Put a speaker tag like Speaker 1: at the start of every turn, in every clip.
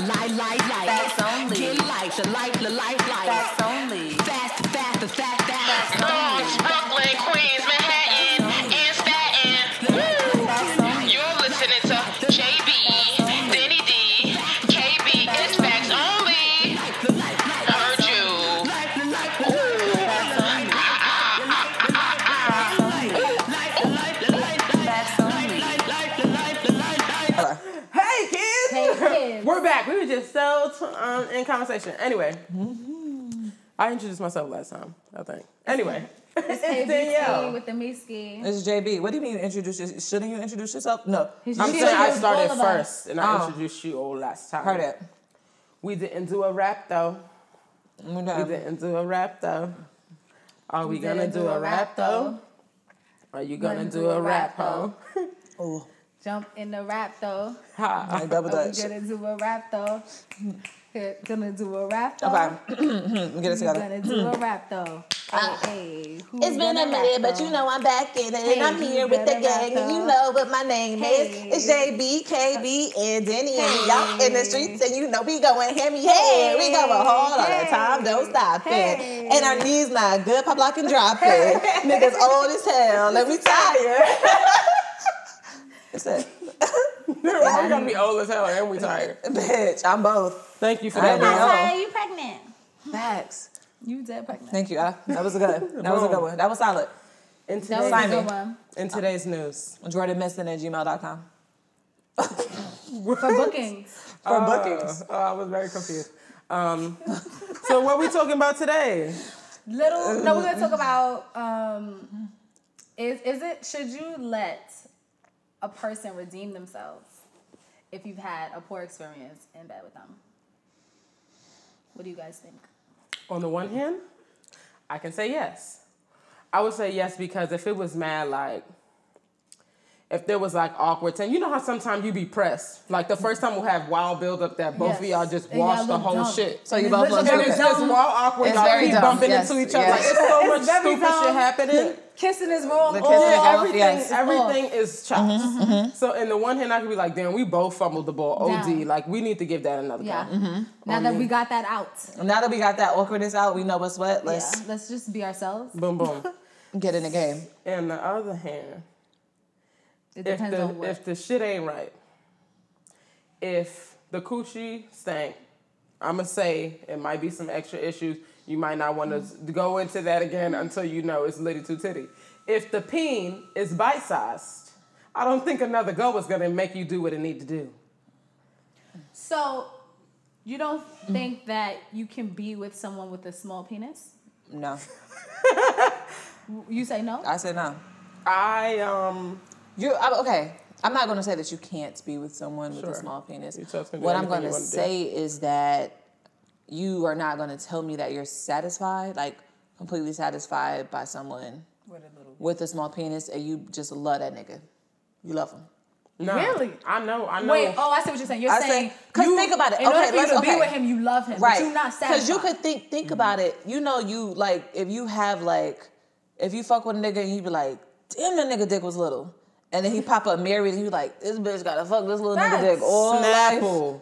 Speaker 1: light, light.
Speaker 2: Facts only.
Speaker 1: Get light, the light, the light, light.
Speaker 2: Facts only.
Speaker 1: Fast, fast, the fast, fast.
Speaker 3: Bronx, Brooklyn, Queens, Manhattan, and Staten. Woo! You're listening to JB, Denny D, KB. It's facts only.
Speaker 1: The light, light,
Speaker 3: I heard you.
Speaker 1: light, the light, the light, the light, the light.
Speaker 4: Hey kids!
Speaker 5: Hey, kids.
Speaker 4: We're back. We were just so t- um, in conversation. Anyway, I introduced myself last time, I think. Anyway, it's
Speaker 5: Hey, Danielle.
Speaker 4: Danielle.
Speaker 5: with the Miski.
Speaker 2: It's JB. What do you mean introduce yourself? Shouldn't you introduce yourself? No.
Speaker 5: He's
Speaker 4: I'm
Speaker 5: just-
Speaker 4: saying I
Speaker 5: She was
Speaker 4: started
Speaker 5: all of us.
Speaker 4: first, and I
Speaker 2: Oh.
Speaker 4: introduced you all last time.
Speaker 2: Heard it.
Speaker 4: We didn't do a rap though.
Speaker 2: We
Speaker 4: We
Speaker 2: done.
Speaker 4: didn't do a rap though. Are we, gonna
Speaker 5: didn't
Speaker 4: do a rap though? Are you gonna
Speaker 5: Gonna
Speaker 4: do a rap though?
Speaker 2: Ooh,
Speaker 5: Jump in the rap though.
Speaker 4: Ha.
Speaker 2: I double
Speaker 5: Are we
Speaker 2: that shit.
Speaker 5: gonna do a rap though? Here, Gonna do a rap though.
Speaker 2: Okay. Let me get it
Speaker 5: We
Speaker 2: Hmm. together.
Speaker 5: Gonna do a rap though. Hey, who
Speaker 6: Uh, It's been
Speaker 5: gonna
Speaker 6: a
Speaker 5: rap,
Speaker 6: minute, but
Speaker 5: though?
Speaker 6: you know I'm back in it, and I'm
Speaker 5: Hey,
Speaker 6: here with the
Speaker 5: better rock
Speaker 6: gang, and you
Speaker 5: up.
Speaker 6: know what my name
Speaker 5: Hey.
Speaker 6: is. It's JB, KB, and Denny, and y'all in the streets, and you know we going hear me hey, we going hard all the time, don't stop
Speaker 5: Hey.
Speaker 6: it. And our knees not good, pop lock and drop it. Niggas old as hell, let me tired. That's it.
Speaker 4: We're gonna be old as hell and we tired.
Speaker 2: Bitch, I'm both.
Speaker 4: Thank you for
Speaker 2: I
Speaker 4: that.
Speaker 2: know.
Speaker 4: Danielle.
Speaker 5: Hey, you pregnant?
Speaker 2: Facts.
Speaker 5: You dead pregnant?
Speaker 2: Thank you. I, that was a good. That was a good one. That was solid.
Speaker 4: In
Speaker 5: That was
Speaker 4: today's,
Speaker 5: a
Speaker 2: Simon.
Speaker 5: good one.
Speaker 4: in today's news.
Speaker 2: Jordan Miston at gmail.com.
Speaker 5: For bookings.
Speaker 2: For bookings.
Speaker 4: Oh, I was very confused. Um, so what we talking about today?
Speaker 5: Little. No, we're gonna talk about. Um, is is it should you let a person redeem themselves if you've had a poor experience in bed with them? What do you guys think?
Speaker 4: On the one hand, I can say yes. I would say yes because if it was mad, like, if there was like awkward time, you know how sometimes you be pressed. Like the first time we'll have wild build up that both of
Speaker 5: Yes.
Speaker 4: y'all just
Speaker 5: And y'all
Speaker 4: wash the
Speaker 5: look
Speaker 4: whole
Speaker 5: dumb.
Speaker 4: shit.
Speaker 2: So you both look
Speaker 4: And it's
Speaker 2: stupid.
Speaker 4: just wild awkward.
Speaker 2: It's
Speaker 4: y'all
Speaker 2: very
Speaker 4: keep
Speaker 2: dumb.
Speaker 4: bumping
Speaker 2: Yes,
Speaker 4: into each other.
Speaker 2: yes.
Speaker 4: Like it's so much stupid shit happening.
Speaker 5: Kissing is wrong.
Speaker 2: The
Speaker 5: all
Speaker 2: kissing
Speaker 5: wrong.
Speaker 2: is off,
Speaker 4: everything,
Speaker 2: yes.
Speaker 4: everything is chops. So in the one hand, I could be like, damn, we both fumbled the ball. Od,
Speaker 5: Yeah.
Speaker 4: like we need to give that another
Speaker 5: Yeah.
Speaker 4: go.
Speaker 5: Now that we got that out,
Speaker 2: Now that we got that awkwardness out, we know what's
Speaker 5: let's
Speaker 2: what. Let's
Speaker 5: yeah. let's just be ourselves.
Speaker 4: Boom, boom.
Speaker 2: get in the game.
Speaker 4: and the other hand,
Speaker 5: It
Speaker 4: if
Speaker 5: depends
Speaker 4: the
Speaker 5: on what.
Speaker 4: if the shit ain't right, if the coochie stank, I'ma say it might be some extra issues. You might not want to
Speaker 5: Mm-hmm.
Speaker 4: go into that again until you know it's litty to titty. If the peen is bite sized, I don't think another go is gonna make you do what it need to do.
Speaker 5: so, you don't think that you can be with someone with a small penis?
Speaker 2: No.
Speaker 5: You say no.
Speaker 2: I said no.
Speaker 4: I um.
Speaker 2: You I'm, okay? I'm not going to say that you can't be with someone with
Speaker 4: Sure.
Speaker 2: a small penis.
Speaker 4: You just can do
Speaker 2: What I'm
Speaker 4: anything
Speaker 2: going
Speaker 4: you
Speaker 2: to
Speaker 4: wanna do.
Speaker 2: say is that you are not going to tell me that you're satisfied, like completely satisfied by someone
Speaker 5: With a little.
Speaker 2: with a small penis, and you just love that nigga. You love him.
Speaker 4: No,
Speaker 5: Really?
Speaker 4: I know. I know.
Speaker 5: Wait. Oh, I see what you're saying. You're
Speaker 2: I say-
Speaker 5: saying
Speaker 2: 'cause
Speaker 5: you-
Speaker 2: think about it.
Speaker 5: In order
Speaker 2: Okay,
Speaker 5: for you
Speaker 2: let's-
Speaker 5: to be
Speaker 2: okay.
Speaker 5: with him, you love him.
Speaker 2: right
Speaker 5: But you're not
Speaker 2: because
Speaker 5: satisfied.
Speaker 2: you could think think about it you know you like if you have like if you fuck with a nigga and you be like damn that nigga dick was little and then he pop up married and you like this bitch gotta fuck this little nigga dick
Speaker 5: Facts.
Speaker 2: all life
Speaker 4: Snapple.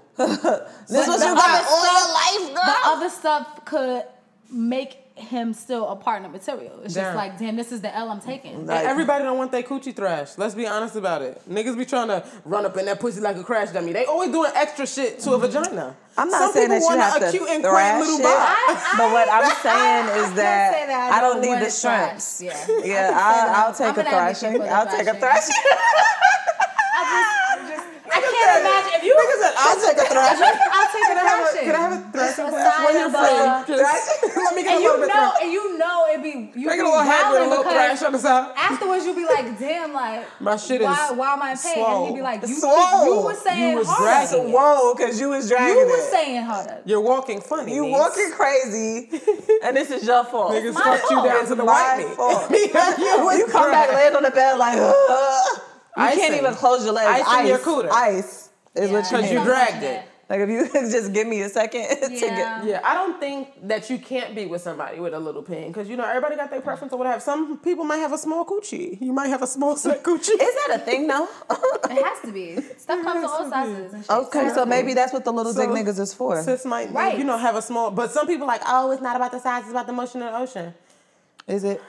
Speaker 2: this was
Speaker 5: the
Speaker 2: you got
Speaker 5: other
Speaker 2: all your
Speaker 5: The
Speaker 2: life girl
Speaker 5: other stuff could make him still a partner material. It's
Speaker 4: Damn.
Speaker 5: just like, damn, this is the L I'm taking.
Speaker 2: Like-
Speaker 4: Everybody don't want their coochie thrashed. Let's be honest about it. Niggas be trying to run up in that pussy like a crash dummy. They always doing extra shit to a vagina.
Speaker 2: Mm-hmm. I'm not
Speaker 4: Some
Speaker 2: saying that
Speaker 4: people
Speaker 2: you
Speaker 4: want
Speaker 2: have
Speaker 4: a
Speaker 2: to
Speaker 4: cute and quaint
Speaker 2: thrash
Speaker 4: little
Speaker 2: it.
Speaker 4: bob.
Speaker 2: but what I'm saying
Speaker 5: I
Speaker 2: is
Speaker 5: can't
Speaker 2: that,
Speaker 5: say that
Speaker 2: I don't
Speaker 5: know
Speaker 2: need
Speaker 5: what
Speaker 2: the
Speaker 5: it's like.
Speaker 2: shrimps.
Speaker 5: Yeah.
Speaker 2: Yeah,
Speaker 5: that.
Speaker 2: I'll, I'll
Speaker 5: I'm
Speaker 2: take a
Speaker 5: an advocate
Speaker 2: thrashing.
Speaker 5: for the
Speaker 2: I'll take a
Speaker 5: thrashing.
Speaker 2: thrashing.
Speaker 5: I can't imagine if you.
Speaker 2: Nigga said, I'll take a thrashing.
Speaker 5: I'll take
Speaker 4: Can I have a,
Speaker 5: a
Speaker 4: can I
Speaker 5: thrashing.
Speaker 4: have a thrashing
Speaker 5: a
Speaker 4: class when
Speaker 5: side
Speaker 4: you're
Speaker 5: of, uh,
Speaker 4: free? Just let me get
Speaker 5: And
Speaker 4: a little
Speaker 5: you
Speaker 4: bit
Speaker 5: know,
Speaker 4: thrashed.
Speaker 5: and you know, it'd be you
Speaker 4: Make
Speaker 5: be
Speaker 4: it a little hat with a
Speaker 5: wildin'
Speaker 4: little
Speaker 5: because
Speaker 4: thrash on the side.
Speaker 5: Afterwards, you'd be like, damn, like
Speaker 4: My shit is
Speaker 5: why, why am I in pain? And he'd
Speaker 4: swole.
Speaker 5: be like, you,
Speaker 2: Swole.
Speaker 5: you were saying
Speaker 4: You was
Speaker 5: harder.
Speaker 4: dragging it.
Speaker 2: Whoa, because you was dragging
Speaker 5: You were
Speaker 2: it.
Speaker 5: saying harder.
Speaker 4: You're walking funny.
Speaker 2: You
Speaker 4: niece.
Speaker 2: walking crazy, and this is your fault.
Speaker 4: Niggas
Speaker 2: It's
Speaker 4: fucked you
Speaker 5: fault.
Speaker 4: down to the
Speaker 2: my
Speaker 4: white meat.
Speaker 2: fault. you come back laying on the bed like, Ugh. you
Speaker 4: Icing.
Speaker 2: can't even close your legs.
Speaker 4: Icing
Speaker 2: Ice,
Speaker 4: your cooter.
Speaker 2: ice
Speaker 5: Yeah,
Speaker 2: is what you
Speaker 4: Because
Speaker 2: need.
Speaker 4: you
Speaker 5: Something
Speaker 4: dragged
Speaker 5: like
Speaker 4: it.
Speaker 5: that.
Speaker 2: Like if you could just give me a second to
Speaker 5: Yeah.
Speaker 2: get
Speaker 4: Yeah, I don't think that you can't be with somebody with a little pin because you know everybody got their preference or whatever. Some people might have a small coochie. You might have a small set coochie.
Speaker 2: Is that a thing though?
Speaker 5: It has to be. Stuff comes in all sizes. And shit.
Speaker 2: okay, so maybe that's what the little dick
Speaker 4: So-
Speaker 2: niggas is for.
Speaker 4: Sis might,
Speaker 5: Right.
Speaker 4: you know, have a small. But some people like, oh, it's not about the size; it's about the motion of the ocean.
Speaker 2: Is it?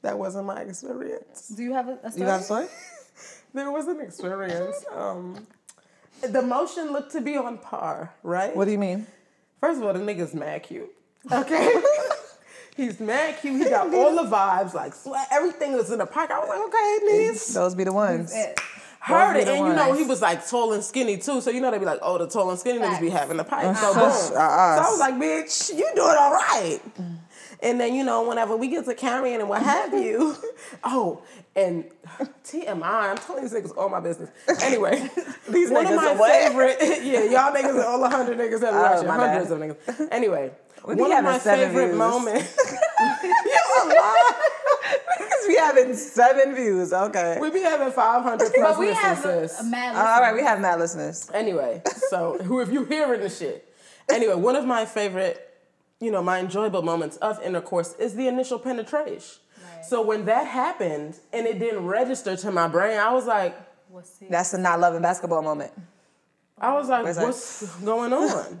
Speaker 4: That wasn't my experience.
Speaker 5: Do you have a, a story?
Speaker 2: You got a story?
Speaker 4: There was an experience. Um, the motion looked to be on par, right?
Speaker 2: What do you mean?
Speaker 4: First of all, the nigga's mad cute. Okay. He's mad cute. He got all the vibes, like sweat. Everything was in the pocket. I was like, okay, niece.
Speaker 2: Those be the ones.
Speaker 5: It.
Speaker 4: Heard
Speaker 2: be
Speaker 4: it.
Speaker 2: the
Speaker 4: And you know,
Speaker 2: ones.
Speaker 4: he was like tall and skinny too. So you know, they'd be like, oh, the tall and skinny niggas be
Speaker 5: Facts. Uh-huh.
Speaker 4: having the pipe. So boom.
Speaker 2: Uh-uh.
Speaker 4: So I was like, bitch, you doing all right. And then, you know, whenever we get to carrying and what have you, oh, and TMI, I'm telling these niggas all my business. Anyway, these one of
Speaker 2: niggas
Speaker 4: my
Speaker 2: are what? Oh,
Speaker 4: favorite, yeah, y'all niggas are all 100 niggas that be watching,
Speaker 2: my bad.
Speaker 4: hundreds of niggas. Anyway,
Speaker 2: be
Speaker 4: one of
Speaker 2: having
Speaker 4: my
Speaker 2: seven
Speaker 4: favorite
Speaker 2: views.
Speaker 4: moments,
Speaker 2: Because we having seven views. Okay.
Speaker 4: we be having 500 plus
Speaker 5: But we have a,
Speaker 4: listeners.
Speaker 5: a mad
Speaker 2: All right, we have mad listeners.
Speaker 4: Anyway, so who if you hearing the shit? Anyway, one of my favorite, you know, my enjoyable moments of intercourse is the initial penetration.
Speaker 5: Right.
Speaker 4: So when that happened and it didn't register to my brain, I was like,
Speaker 5: listener.
Speaker 2: That's a not loving basketball moment.
Speaker 4: I was like,
Speaker 2: Where's that?
Speaker 4: what's going on?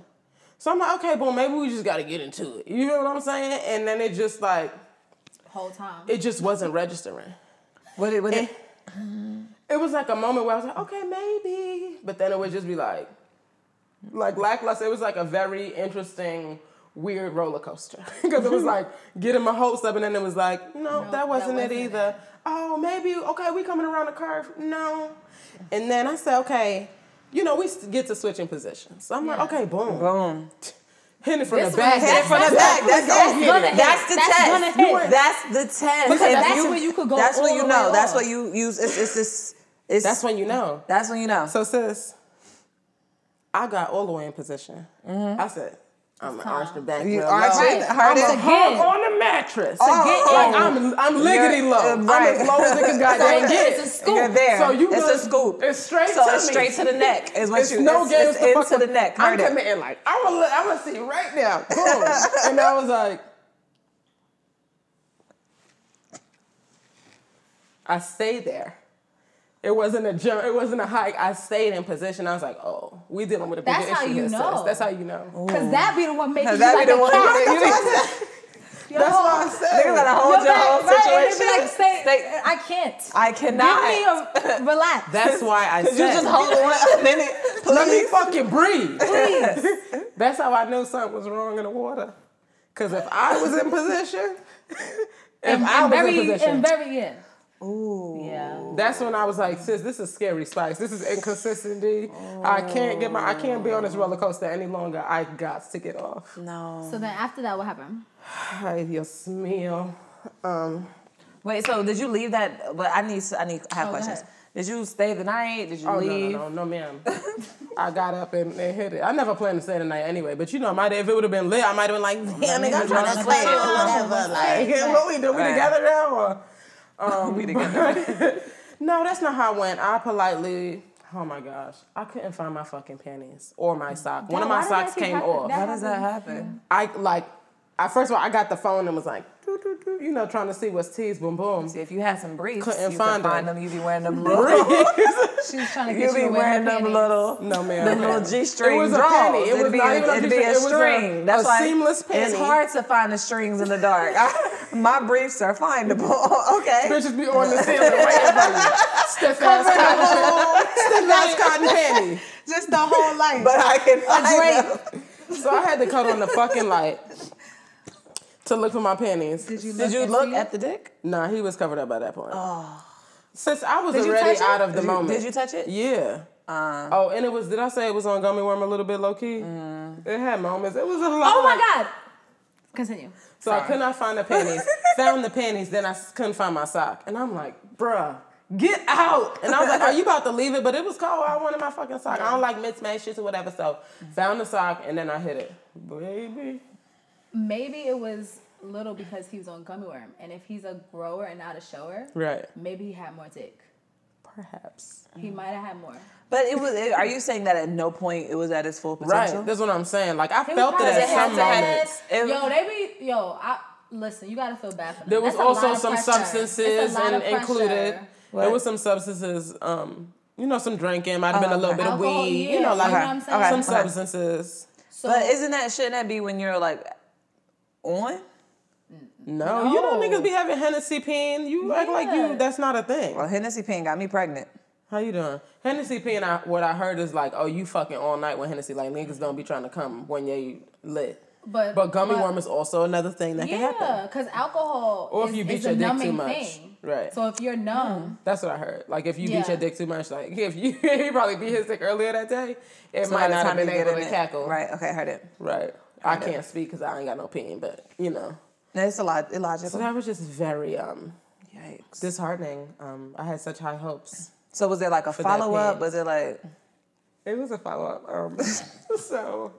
Speaker 4: so I'm like, okay, well maybe we just got to get into it. You know what I'm saying? And then it just like
Speaker 5: whole time.
Speaker 4: it just wasn't registering.
Speaker 2: What it, what it,
Speaker 4: And it was like a moment where I was like, okay, maybe. But then it would just be like, like lackluster. It was like a very interesting, weird roller coaster. Because it was like, getting my hopes up, and then it was like, no, that wasn't
Speaker 5: that
Speaker 4: it
Speaker 5: wasn't
Speaker 4: either. Oh, maybe, okay, we coming around the curve. No. And then I said, okay, you know, we s- get to switching positions. So I'm
Speaker 5: Yeah.
Speaker 4: like, okay, boom.
Speaker 2: boom.
Speaker 4: Hitting it from
Speaker 5: This
Speaker 4: the back.
Speaker 5: was-
Speaker 4: hit it from
Speaker 2: From the back. That's, that's,
Speaker 5: Gonna hit.
Speaker 2: that's the
Speaker 5: That's gonna
Speaker 2: test.
Speaker 5: hit. You ain't-
Speaker 2: That's the test.
Speaker 4: Because
Speaker 2: If
Speaker 4: that's
Speaker 5: where you could go
Speaker 2: That's where
Speaker 5: all
Speaker 2: you
Speaker 5: the
Speaker 2: know.
Speaker 5: way
Speaker 2: That's
Speaker 5: off.
Speaker 2: where you use. It's it's it's. it's
Speaker 4: That's when you know.
Speaker 2: That's when you know.
Speaker 4: So sis, I got all the way in position. I said, I'm an arched and back.
Speaker 2: You
Speaker 4: well
Speaker 2: arched
Speaker 4: low.
Speaker 2: it, hard
Speaker 4: I'm
Speaker 2: it.
Speaker 4: hung
Speaker 5: Again.
Speaker 4: on the mattress.
Speaker 2: Oh,
Speaker 4: like I'm I'm liggity
Speaker 2: You're-
Speaker 4: low.
Speaker 2: uh,
Speaker 4: I'm
Speaker 2: right.
Speaker 4: as low as it can goddamn
Speaker 5: it's a
Speaker 4: get.
Speaker 5: scoop.
Speaker 2: You're there.
Speaker 4: So you
Speaker 2: it's
Speaker 4: good.
Speaker 2: a scoop.
Speaker 4: It's straight
Speaker 2: so
Speaker 4: to
Speaker 2: it's
Speaker 4: me.
Speaker 2: straight to the neck. Is what
Speaker 4: It's
Speaker 2: you.
Speaker 4: no
Speaker 2: it's,
Speaker 4: games
Speaker 2: it's
Speaker 4: to fuck
Speaker 2: into
Speaker 4: with.
Speaker 2: the neck.
Speaker 4: I'm
Speaker 2: Heard it.
Speaker 4: committing like I want to I want to see right now. Boom. and I was like, I stayed there. It wasn't a jump. It wasn't a hike. I stayed in position. I was like, oh, we dealing with a bigger
Speaker 5: That's how
Speaker 4: issue
Speaker 5: you
Speaker 4: here, sis.
Speaker 5: know.
Speaker 4: That's how you know.
Speaker 5: Cause that be the one making you
Speaker 2: That'd
Speaker 5: like
Speaker 2: be the
Speaker 5: a
Speaker 2: one.
Speaker 5: cat.
Speaker 2: that you-
Speaker 4: That's why I said.
Speaker 2: Niggas gotta hold your whole
Speaker 5: right,
Speaker 2: situation.
Speaker 5: and it be like, say,
Speaker 2: Stay-
Speaker 5: I can't.
Speaker 2: I
Speaker 5: Give
Speaker 2: cannot.
Speaker 5: me a relax.
Speaker 4: That's why I said.
Speaker 2: You just hold on a minute.
Speaker 4: Let me fucking breathe. That's how I knew something was wrong in the water. Cause if I was in position, if I was
Speaker 5: very,
Speaker 4: in position,
Speaker 5: And very in. Ooh. Yeah.
Speaker 4: that's when I was like, sis, this is scary spice. This is inconsistency. I can't get my I can't be on this roller coaster any longer. I got to get off.
Speaker 2: No.
Speaker 5: So then after that, what happened?
Speaker 4: Ay, Dios mío. Um
Speaker 2: Wait. So did you leave that? But I need. I need. I have
Speaker 5: Oh, go
Speaker 2: questions.
Speaker 5: ahead.
Speaker 2: Did you stay the night? Did you
Speaker 4: Oh
Speaker 2: leave?
Speaker 4: no, no, no, no, ma'am. I got up and, and hit it. I never planned to stay the night anyway, but you know, I might if it would have been lit, I might have been like, damn, nigga, I'm trying to play it or whatever. Like, what we do? We
Speaker 2: Right.
Speaker 4: together now? Or? Um,
Speaker 2: We together.
Speaker 4: No, that's not how it went. I politely. Oh my gosh, I couldn't find my fucking panties or my sock. One of
Speaker 5: Why
Speaker 4: my
Speaker 5: did that
Speaker 4: socks
Speaker 5: keep
Speaker 4: came
Speaker 5: happening?
Speaker 4: off.
Speaker 5: That
Speaker 2: How does that happen?
Speaker 4: I like. I first of all, I got the phone and was like, doo, doo, doo, you know, trying to see what's tees. Boom, boom.
Speaker 2: See, if you had some briefs,
Speaker 4: Couldn't
Speaker 2: you
Speaker 4: find
Speaker 2: could find
Speaker 4: them.
Speaker 2: them. You be wearing them little.
Speaker 5: She's trying to
Speaker 2: you
Speaker 5: get
Speaker 2: be
Speaker 5: you away
Speaker 2: wearing
Speaker 5: from
Speaker 2: them
Speaker 5: panties.
Speaker 2: little.
Speaker 4: No, ma'am.
Speaker 2: The little G string
Speaker 4: It was a
Speaker 2: drawers.
Speaker 4: panty. It
Speaker 2: it'd
Speaker 4: was
Speaker 2: be
Speaker 4: not
Speaker 2: a,
Speaker 4: even a
Speaker 2: it'd
Speaker 4: G-string.
Speaker 2: be a
Speaker 4: It was a-
Speaker 2: string. That's
Speaker 4: a
Speaker 2: why
Speaker 4: seamless
Speaker 2: It's
Speaker 4: panty.
Speaker 2: hard to find the strings in the dark. I- my briefs are findable. Okay.
Speaker 4: Bitches be on the ceiling waiting for you. Stiff ass cotton, stiff ass cotton panty.
Speaker 2: Just the whole life. But I can find them.
Speaker 4: So I had to cut on the fucking light to look for my panties.
Speaker 5: Did you look,
Speaker 2: Did you
Speaker 5: and
Speaker 2: look
Speaker 5: see?
Speaker 2: at the dick? Oh.
Speaker 4: Nah, he was covered up by that point. Since I was
Speaker 2: Did you
Speaker 4: already
Speaker 2: touch it?
Speaker 4: out of the
Speaker 2: Did you-
Speaker 4: moment.
Speaker 2: did you touch Uh. it?
Speaker 4: Yeah. oh, and it was. Did I say it was on gummy worm a little bit low key?
Speaker 2: Mm.
Speaker 4: It had moments. It was a lot.
Speaker 5: Oh my god. Continue.
Speaker 4: So I could not find the panties. found the panties, then I s- couldn't find my sock, and I'm like, bruh. Get out! And I was like, "Are you about to leave it?" But it was cold. I wanted my fucking sock. I don't like mismatched shit or whatever. So found the sock and then I hit it, baby.
Speaker 5: Maybe it was little because he was on gummy worm, and if he's a grower and not a shower,
Speaker 4: Right.
Speaker 5: maybe he had more dick.
Speaker 4: perhaps.
Speaker 5: He might have had more.
Speaker 2: But it was. It, are you saying that at no point it was at its full
Speaker 4: Right.
Speaker 2: potential?
Speaker 4: That's what I'm saying. Like I
Speaker 5: It was
Speaker 4: felt it
Speaker 5: probably-
Speaker 4: at some
Speaker 2: to have
Speaker 4: moments.
Speaker 2: It-
Speaker 5: Yo, they be yo. I listen. You gotta feel bad for them.
Speaker 4: There was
Speaker 5: That's a
Speaker 4: also
Speaker 5: lot of
Speaker 4: some
Speaker 5: pressure. It's
Speaker 4: substances
Speaker 5: a lot
Speaker 4: and
Speaker 5: of pressure.
Speaker 4: included. There
Speaker 2: What?
Speaker 4: was some substances. Um, you know, some drinking. Might have been a little bit of
Speaker 5: Oh, Alcohol,
Speaker 4: weed.
Speaker 5: yeah,
Speaker 4: You know, like
Speaker 5: you know what I'm saying?
Speaker 4: some
Speaker 5: Okay,
Speaker 2: okay.
Speaker 4: substances.
Speaker 5: So,
Speaker 2: But isn't that shouldn't that be when you're like on?
Speaker 4: No, you know,
Speaker 5: No.
Speaker 4: niggas be having Hennessy peen. You act like
Speaker 5: Yeah.
Speaker 4: you. That's not a thing.
Speaker 2: Well, Hennessy Payne got me pregnant.
Speaker 4: How you doing? Hennessy peen. I, what I heard is like, oh, you fucking all night with Hennessy. Like niggas don't be trying to come when you lit.
Speaker 5: but
Speaker 4: But gummy worm is also another thing that can happen.
Speaker 5: yeah, because alcohol
Speaker 4: Or if
Speaker 5: is,
Speaker 4: you beat
Speaker 5: is
Speaker 4: your
Speaker 5: a
Speaker 4: dick too
Speaker 5: numbing
Speaker 4: much.
Speaker 5: thing.
Speaker 4: Right.
Speaker 5: So if you're numb,
Speaker 4: That's what I heard. Like if you beat
Speaker 5: Yeah.
Speaker 4: your dick too much, like if you he probably beat his dick earlier that day, it
Speaker 2: So by
Speaker 4: might
Speaker 2: the
Speaker 4: not have
Speaker 2: time
Speaker 4: been
Speaker 2: you get
Speaker 4: able
Speaker 2: in
Speaker 4: to
Speaker 2: it-
Speaker 4: cackle.
Speaker 2: Right. Okay. I heard it.
Speaker 4: Right. I can't speak because I ain't got no opinion, but you know.
Speaker 2: No, it's a lot
Speaker 4: So
Speaker 2: illogical.
Speaker 4: that was just very um
Speaker 2: Yikes.
Speaker 4: disheartening. Um, I had such high hopes.
Speaker 2: So was it like a
Speaker 4: that
Speaker 2: follow up?
Speaker 4: pain.
Speaker 2: Was it like
Speaker 4: It was a follow up. Um, so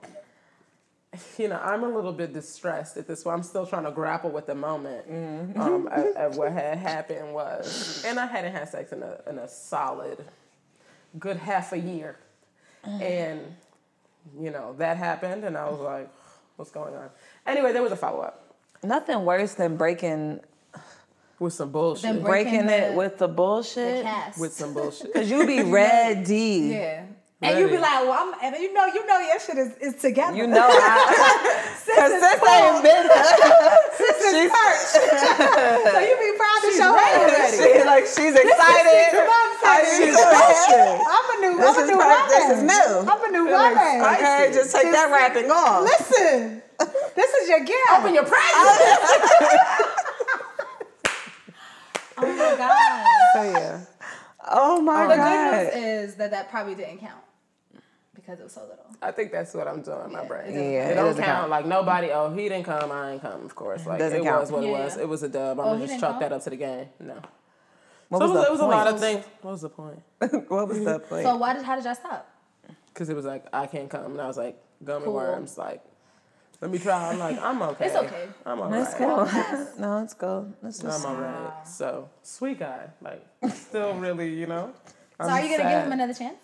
Speaker 4: you know, I'm a little bit distressed at this. point. I'm still trying to grapple with the moment um, of, of what had happened was, and I hadn't had sex in a in a solid, good half a year, and you know that happened, and I was like, what's going on? Anyway, there was a follow up
Speaker 2: nothing worse than breaking
Speaker 4: with some bullshit.
Speaker 5: Then Breaking
Speaker 2: breaking it
Speaker 5: the-
Speaker 2: with the bullshit?
Speaker 5: cast.
Speaker 4: with some bullshit.
Speaker 2: Cause you be ready.
Speaker 5: yeah. And you be
Speaker 4: Ready.
Speaker 5: like, well, I'm, and you know, you know, your shit is, is together.
Speaker 2: You know, I, cause
Speaker 5: is
Speaker 2: sis
Speaker 5: cold.
Speaker 2: ain't been she's,
Speaker 5: so you be proud to show her already.
Speaker 2: she- like she's
Speaker 5: This
Speaker 2: excited.
Speaker 5: is- I'm excited.
Speaker 2: She's bullshit.
Speaker 5: I'm a new,
Speaker 2: This
Speaker 5: I'm a
Speaker 2: is
Speaker 5: new
Speaker 2: per-
Speaker 5: woman.
Speaker 2: this is new.
Speaker 5: I'm a new woman.
Speaker 2: Okay, just take that wrapping off.
Speaker 5: Listen, this is your gift. Open your present. oh my god.
Speaker 2: So yeah. Oh my
Speaker 5: The
Speaker 2: god.
Speaker 5: good news is that that probably didn't count because it was so little.
Speaker 4: I think that's what I'm doing in my brain. it,
Speaker 2: Yeah, it
Speaker 4: don't
Speaker 2: doesn't
Speaker 4: count.
Speaker 2: count.
Speaker 4: Like nobody. Oh, he didn't come. I ain't come. Of course, like
Speaker 2: Doesn't
Speaker 4: it
Speaker 2: count.
Speaker 4: was what it
Speaker 5: Yeah.
Speaker 4: was. It was a dub. I'm
Speaker 5: Oh,
Speaker 4: gonna
Speaker 5: he
Speaker 4: just
Speaker 5: didn't
Speaker 4: chalk
Speaker 5: come?
Speaker 4: that up to the game. No.
Speaker 2: What
Speaker 4: So it
Speaker 2: was
Speaker 4: was,
Speaker 2: the
Speaker 4: it was a lot
Speaker 2: point?
Speaker 4: of things. What was the point?
Speaker 2: What was the point?
Speaker 5: So why did how did y'all stop?
Speaker 4: Because it was like I can't come, and I was like gummy
Speaker 5: Cool.
Speaker 4: worms. Like, let me try. I'm like I'm okay.
Speaker 5: It's okay.
Speaker 4: I'm alright.
Speaker 2: Let's go. no, let's go. Let's just
Speaker 4: I'm alright. So sweet guy. Like still really, you know.
Speaker 5: So are you gonna give him another chance?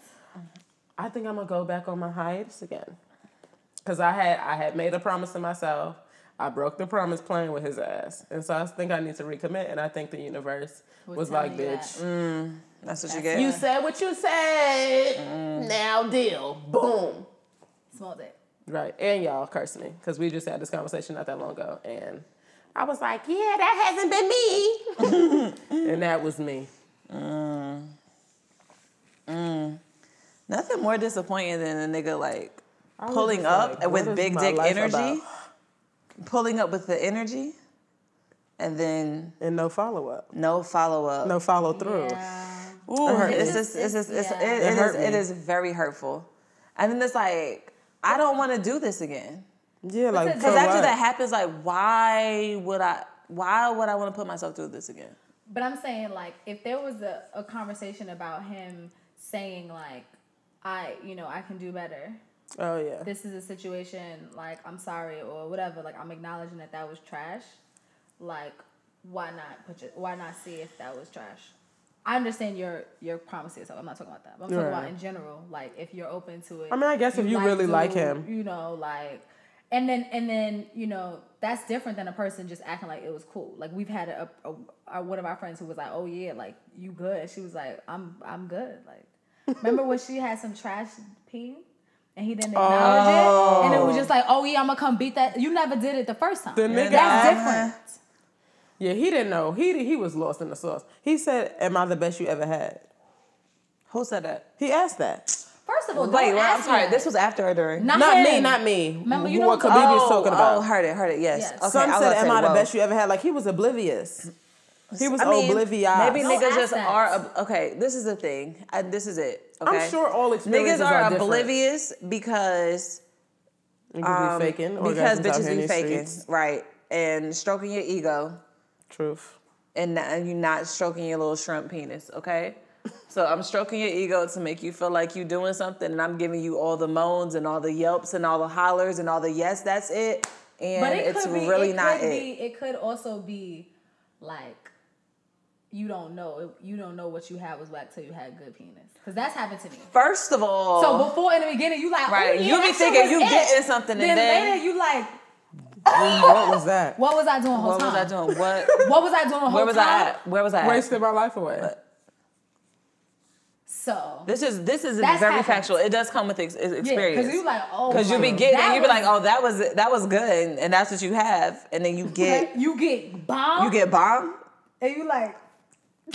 Speaker 4: I think I'm gonna go back on my hiatus again. Cause I had I had made a promise to myself. I broke the promise playing with his ass. And so I think I need to recommit and I think the universe was, like,
Speaker 5: telling you
Speaker 4: bitch,
Speaker 5: that.
Speaker 2: That's what you get.
Speaker 4: you said what you said.
Speaker 5: Mm.
Speaker 4: Now deal. Boom.
Speaker 5: Small dick.
Speaker 4: Right. And y'all cursed me. Cause we just had this conversation not that long ago. And I was like, yeah, that hasn't been me. and that was me.
Speaker 2: Nothing more disappointing than a nigga like
Speaker 4: I was
Speaker 2: pulling
Speaker 4: just
Speaker 2: up
Speaker 4: like, what
Speaker 2: with
Speaker 4: is
Speaker 2: big
Speaker 4: my
Speaker 2: dick
Speaker 4: life
Speaker 2: energy,
Speaker 4: about?
Speaker 2: pulling up with the energy, and then
Speaker 4: And no follow up.
Speaker 2: no follow up.
Speaker 4: No follow through.
Speaker 5: Yeah.
Speaker 4: Ooh,
Speaker 2: It hurt.
Speaker 4: hurt me.
Speaker 2: It's just, it's just, it's,
Speaker 5: Yeah.
Speaker 2: it,
Speaker 4: It
Speaker 2: it, is,
Speaker 4: hurt
Speaker 2: it
Speaker 4: me.
Speaker 2: is very hurtful. And then it's like, I don't want to do this again.
Speaker 4: Yeah, like
Speaker 2: Because
Speaker 4: for
Speaker 2: after
Speaker 4: what?
Speaker 2: that happens, like, why would I? Why would I want to put myself through this again?
Speaker 5: But I'm saying like if there was a, a conversation about him saying like I you know I can do better.
Speaker 4: Oh yeah.
Speaker 5: This is a situation like I'm sorry or whatever. Like I'm acknowledging that that was trash. Like why not put your, why not see if that was trash? I understand your your promise to yourself. I'm not talking about that. But I'm talking
Speaker 4: Right.
Speaker 5: about in general. Like if you're open to it.
Speaker 4: I mean, I guess if you really like him.
Speaker 5: you know, like, and then and then you know that's different than a person just acting like it was cool. Like we've had a, a, a one of our friends who was like, "Oh yeah, like you good." She was like, "I'm I'm good." Like, remember when she had some trash pee and he didn't acknowledge it, and it was just like, "Oh yeah, I'm gonna come beat that." You never did it the first time.
Speaker 4: The nigga
Speaker 5: that's
Speaker 4: asked-
Speaker 5: different.
Speaker 4: Yeah, he didn't know. He he was lost in the sauce. He said, "Am I the best you ever had?"
Speaker 2: Who said that?
Speaker 4: He asked that.
Speaker 5: First of all,
Speaker 2: Wait,
Speaker 5: don't
Speaker 2: well, I'm
Speaker 5: ask
Speaker 2: sorry.
Speaker 5: that.
Speaker 2: This was after or during?
Speaker 5: not,
Speaker 4: Not me,
Speaker 5: him.
Speaker 4: not me.
Speaker 5: Remember, you
Speaker 4: Who
Speaker 5: know
Speaker 4: what
Speaker 5: who-
Speaker 4: Khabib was talking
Speaker 2: Oh,
Speaker 4: about?
Speaker 2: heard it, heard it. Yes.
Speaker 5: Yes.
Speaker 2: Okay.
Speaker 4: Some
Speaker 2: I was
Speaker 4: said,
Speaker 2: about to
Speaker 4: "Am
Speaker 2: say,
Speaker 4: I the
Speaker 2: whoa.
Speaker 4: best you ever had?" Like he was oblivious. He was
Speaker 2: I mean,
Speaker 4: oblivious.
Speaker 2: Maybe
Speaker 5: No
Speaker 2: niggas just
Speaker 5: accents.
Speaker 2: are ob- okay. This is the thing. I, this is it.
Speaker 4: I'm
Speaker 2: okay?
Speaker 4: sure all experiences
Speaker 2: niggas are,
Speaker 4: are different.
Speaker 2: oblivious because
Speaker 4: Niggas
Speaker 2: um,
Speaker 4: be faking.
Speaker 2: because
Speaker 4: orgasms out here
Speaker 2: bitches
Speaker 4: in
Speaker 2: be
Speaker 4: these
Speaker 2: faking,
Speaker 4: streets.
Speaker 2: right? And stroking your ego
Speaker 4: Truth.
Speaker 2: and, not- and you not stroking your little shrimp penis, okay? So I'm stroking your ego to make you feel like you doing something, and I'm giving you all the moans and all the yelps and all the hollers and all the yes, that's it, and
Speaker 5: But it
Speaker 2: it's
Speaker 5: could be,
Speaker 2: really
Speaker 5: it
Speaker 2: not
Speaker 5: could
Speaker 2: it.
Speaker 5: Be, it could also be like you don't know you don't know what you had was whack till you had good penis because that's happened to me.
Speaker 2: First of all,
Speaker 5: So before in the beginning you like
Speaker 2: Right,
Speaker 5: oh, yeah,
Speaker 2: you be
Speaker 5: that shit
Speaker 2: thinking
Speaker 5: was
Speaker 2: you
Speaker 5: it.
Speaker 2: getting something and
Speaker 5: then,
Speaker 2: then-
Speaker 5: later you like
Speaker 4: what was that?
Speaker 5: what was I doing the whole
Speaker 2: what
Speaker 5: time?
Speaker 2: was I doing? What?
Speaker 5: What was I doing the whole
Speaker 2: Where was
Speaker 5: time?
Speaker 2: I at? Where was I at?
Speaker 4: Wasted my life away.
Speaker 5: So
Speaker 2: This is this is
Speaker 5: That's
Speaker 2: very
Speaker 5: happened.
Speaker 2: factual. It does come with ex- ex- experience.
Speaker 5: because you like oh
Speaker 2: Cause you
Speaker 5: my
Speaker 2: be getting,
Speaker 5: God,
Speaker 2: it, you be
Speaker 5: that
Speaker 2: like,
Speaker 5: was-
Speaker 2: oh, that was that was good, and, and that's what you have, and then you get
Speaker 5: you get bombed
Speaker 2: you get bombed.
Speaker 5: and you like.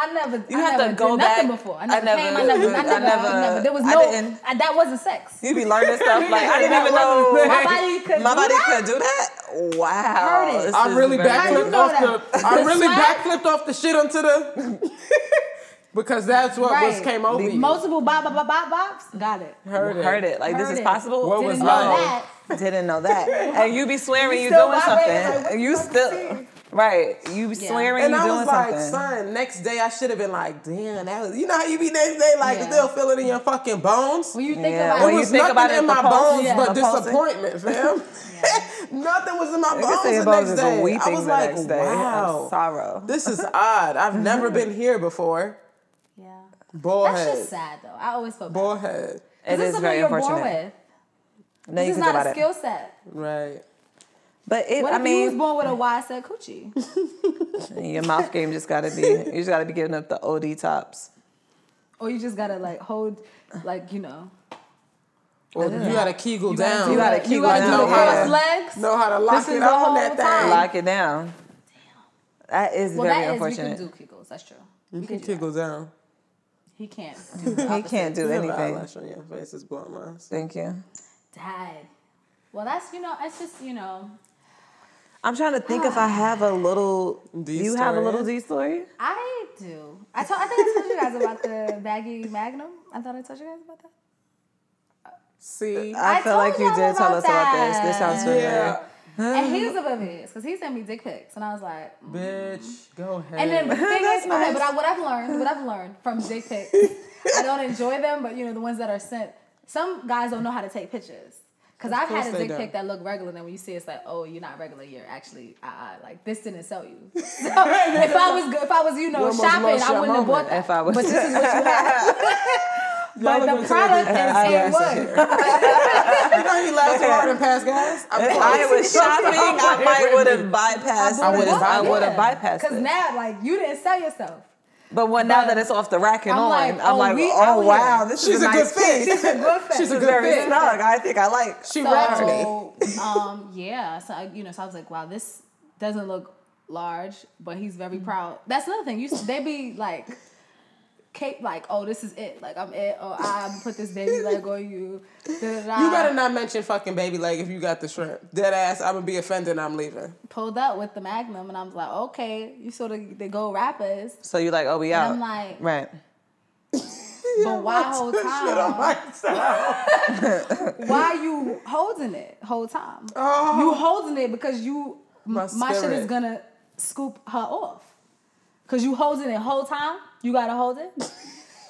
Speaker 5: I never.
Speaker 2: You
Speaker 5: I
Speaker 2: have to
Speaker 5: never
Speaker 2: go
Speaker 5: did nothing
Speaker 2: back.
Speaker 5: before. I
Speaker 2: I
Speaker 5: never,
Speaker 2: never-
Speaker 5: came. I never. I
Speaker 2: I
Speaker 5: never. I never,
Speaker 2: never-
Speaker 5: There was
Speaker 2: I
Speaker 5: no.
Speaker 2: didn't-
Speaker 5: I- that wasn't sex.
Speaker 2: You be learning stuff like I didn't even
Speaker 5: My
Speaker 2: know
Speaker 5: body could.
Speaker 2: my
Speaker 5: do
Speaker 2: body
Speaker 5: that?
Speaker 2: could do that. Wow,
Speaker 5: Heard it.
Speaker 2: This
Speaker 4: I
Speaker 2: is
Speaker 4: really
Speaker 2: very-
Speaker 5: How you
Speaker 4: backflipped
Speaker 5: know
Speaker 4: off
Speaker 5: that?
Speaker 4: the. I really
Speaker 5: Swag?
Speaker 4: backflipped off the shit onto the. because that's what was
Speaker 5: Right.
Speaker 4: came over you.
Speaker 5: Multiple bop bop bop bop bops. Got it.
Speaker 4: heard it.
Speaker 2: heard it. Like this
Speaker 5: Heard
Speaker 2: is
Speaker 5: it.
Speaker 2: possible.
Speaker 4: What
Speaker 5: Didn't
Speaker 4: was
Speaker 5: know
Speaker 4: mine?
Speaker 5: that.
Speaker 2: Didn't know that. And you be swearing you,
Speaker 5: still
Speaker 2: doing
Speaker 5: vibrating,
Speaker 2: something.
Speaker 5: like, what the
Speaker 2: you
Speaker 5: fuck is
Speaker 2: still
Speaker 5: he?
Speaker 2: right. You be
Speaker 5: Yeah.
Speaker 2: swearing
Speaker 4: And
Speaker 2: you
Speaker 4: I
Speaker 2: doing
Speaker 4: was like,
Speaker 2: something.
Speaker 4: son, next day I should have been like, damn, that was. You know how you be next day like
Speaker 5: Yeah.
Speaker 4: still feel it in your fucking bones.
Speaker 5: When you think
Speaker 2: Yeah.
Speaker 5: about
Speaker 4: It
Speaker 2: When
Speaker 5: it,
Speaker 2: you
Speaker 4: was
Speaker 2: think
Speaker 4: nothing
Speaker 2: about it,
Speaker 4: in my
Speaker 2: the pulse-
Speaker 4: bones
Speaker 5: yeah,
Speaker 4: but
Speaker 2: the pulsing.
Speaker 4: disappointment, fam. nothing was in my
Speaker 2: I could
Speaker 4: bones
Speaker 2: say
Speaker 4: the
Speaker 2: about
Speaker 4: next
Speaker 2: this
Speaker 4: day.
Speaker 2: weeping
Speaker 4: I was
Speaker 2: the
Speaker 4: like,
Speaker 2: next day of
Speaker 4: wow,
Speaker 2: sorrow.
Speaker 4: this is odd. I've never been here before.
Speaker 5: yeah, that's just
Speaker 4: Bullhead.
Speaker 5: sad though. I always feel bad.
Speaker 4: Bullhead.
Speaker 2: It
Speaker 5: this
Speaker 2: is
Speaker 5: something
Speaker 2: very
Speaker 5: you're born
Speaker 2: unfortunate.
Speaker 5: with.
Speaker 2: Now you
Speaker 5: This is
Speaker 2: think
Speaker 5: not
Speaker 2: about
Speaker 5: a
Speaker 2: it.
Speaker 5: skill set.
Speaker 4: Right.
Speaker 2: But it,
Speaker 5: What
Speaker 2: I
Speaker 5: if you was
Speaker 2: mean,
Speaker 5: born with a wide set coochie?
Speaker 2: your mouth game just gotta be. You just gotta be giving up the OD tops.
Speaker 5: or you just gotta like hold, like you know,
Speaker 4: Well, you gotta kegel down.
Speaker 2: do You gotta
Speaker 5: like,
Speaker 2: keep
Speaker 5: you gotta
Speaker 2: it
Speaker 5: do
Speaker 2: down,
Speaker 5: the cross
Speaker 2: yeah.
Speaker 5: legs.
Speaker 4: know how to lock
Speaker 5: This
Speaker 4: it
Speaker 5: is the
Speaker 4: up on
Speaker 5: whole
Speaker 4: that
Speaker 5: time.
Speaker 4: thing.
Speaker 2: Lock it down. That is
Speaker 5: well,
Speaker 2: very
Speaker 5: that is we
Speaker 2: unfortunate.
Speaker 5: can do kegels. That's true.
Speaker 4: You can kegel down.
Speaker 5: He can't. Do the
Speaker 2: he
Speaker 5: opposite.
Speaker 2: can't do
Speaker 4: Your
Speaker 2: anything.
Speaker 4: eyelash on your face is blowing my eyes.
Speaker 2: Thank you.
Speaker 5: Dad. Well, that's you know, it's just you know,
Speaker 2: I'm trying to think if
Speaker 5: Ah.
Speaker 2: I have a little. Do
Speaker 4: D
Speaker 2: you have a
Speaker 4: story?
Speaker 2: little D story?
Speaker 5: I do. I told. I think I told you guys about the baggy magnum. I thought I told you guys about that.
Speaker 4: See?
Speaker 2: I,
Speaker 5: I
Speaker 2: feel like
Speaker 5: told
Speaker 2: you
Speaker 5: y'all
Speaker 2: did tell
Speaker 5: about
Speaker 2: us about this. This sounds familiar.
Speaker 4: yeah.
Speaker 5: And he was oblivious because he sent me dick pics, and I was like.
Speaker 4: Bitch, go ahead.
Speaker 5: And then the thing is, okay, but I, what I've learned, what I've learned from dick pics, I don't enjoy them, but you know the ones that are sent. Some guys don't know how to take pictures. Cause I've
Speaker 4: course
Speaker 5: had a
Speaker 4: they
Speaker 5: dick
Speaker 4: don't.
Speaker 5: pic that looked regular, and when you see it, it's like, oh, you're not regular. You're actually, uh, uh, like this didn't sell you. So if I was, good, if I was, you know,
Speaker 4: almost
Speaker 5: shopping,
Speaker 4: lost
Speaker 5: I
Speaker 4: your
Speaker 5: wouldn't have
Speaker 4: moment
Speaker 5: bought that.
Speaker 2: If I was,
Speaker 5: But this is what you have.
Speaker 4: Y'all
Speaker 5: but
Speaker 4: look
Speaker 5: the
Speaker 4: into
Speaker 5: product
Speaker 4: the
Speaker 5: is
Speaker 4: details.
Speaker 5: it would.
Speaker 4: You know he laughs hard and pass guys?
Speaker 2: if I was shopping, I might would have bypassed. I would have. I would have bypassed
Speaker 5: Cause
Speaker 2: it.
Speaker 5: now, like, you didn't sell yourself.
Speaker 2: but when now that it's off the rack and
Speaker 5: I'm
Speaker 2: on,
Speaker 5: like,
Speaker 2: I'm
Speaker 5: oh,
Speaker 2: like,
Speaker 5: we
Speaker 2: oh
Speaker 5: out
Speaker 2: wow,
Speaker 5: here.
Speaker 2: this
Speaker 4: She's
Speaker 2: is
Speaker 4: a
Speaker 2: nice
Speaker 4: good fit.
Speaker 2: fit.
Speaker 5: She's a good fit.
Speaker 4: She's a good
Speaker 2: Very
Speaker 4: fit.
Speaker 2: snug. I think I like.
Speaker 4: She rocked me.
Speaker 5: so, um, yeah. So I, you know, so I was like, wow, this doesn't look large, but he's very proud. That's another thing. You they be like, cape like, oh, this is it. Like I'm it, or I put this baby leg on you. Da-da-da.
Speaker 4: You better not mention fucking baby leg if you got the shrimp. Dead ass, I'm gonna be offended and I'm leaving.
Speaker 5: pulled up with the Magnum, and I was like, okay, you sort of they go rappers,
Speaker 2: So you like, oh, we out.
Speaker 5: I'm like-
Speaker 2: right.
Speaker 5: but why whole time? Why you holding it whole time?
Speaker 4: Oh.
Speaker 5: You holding it because you
Speaker 4: My
Speaker 5: my, shit is
Speaker 4: spirit.
Speaker 5: gonna scoop her off. Cause you holding it whole time. You gotta hold it.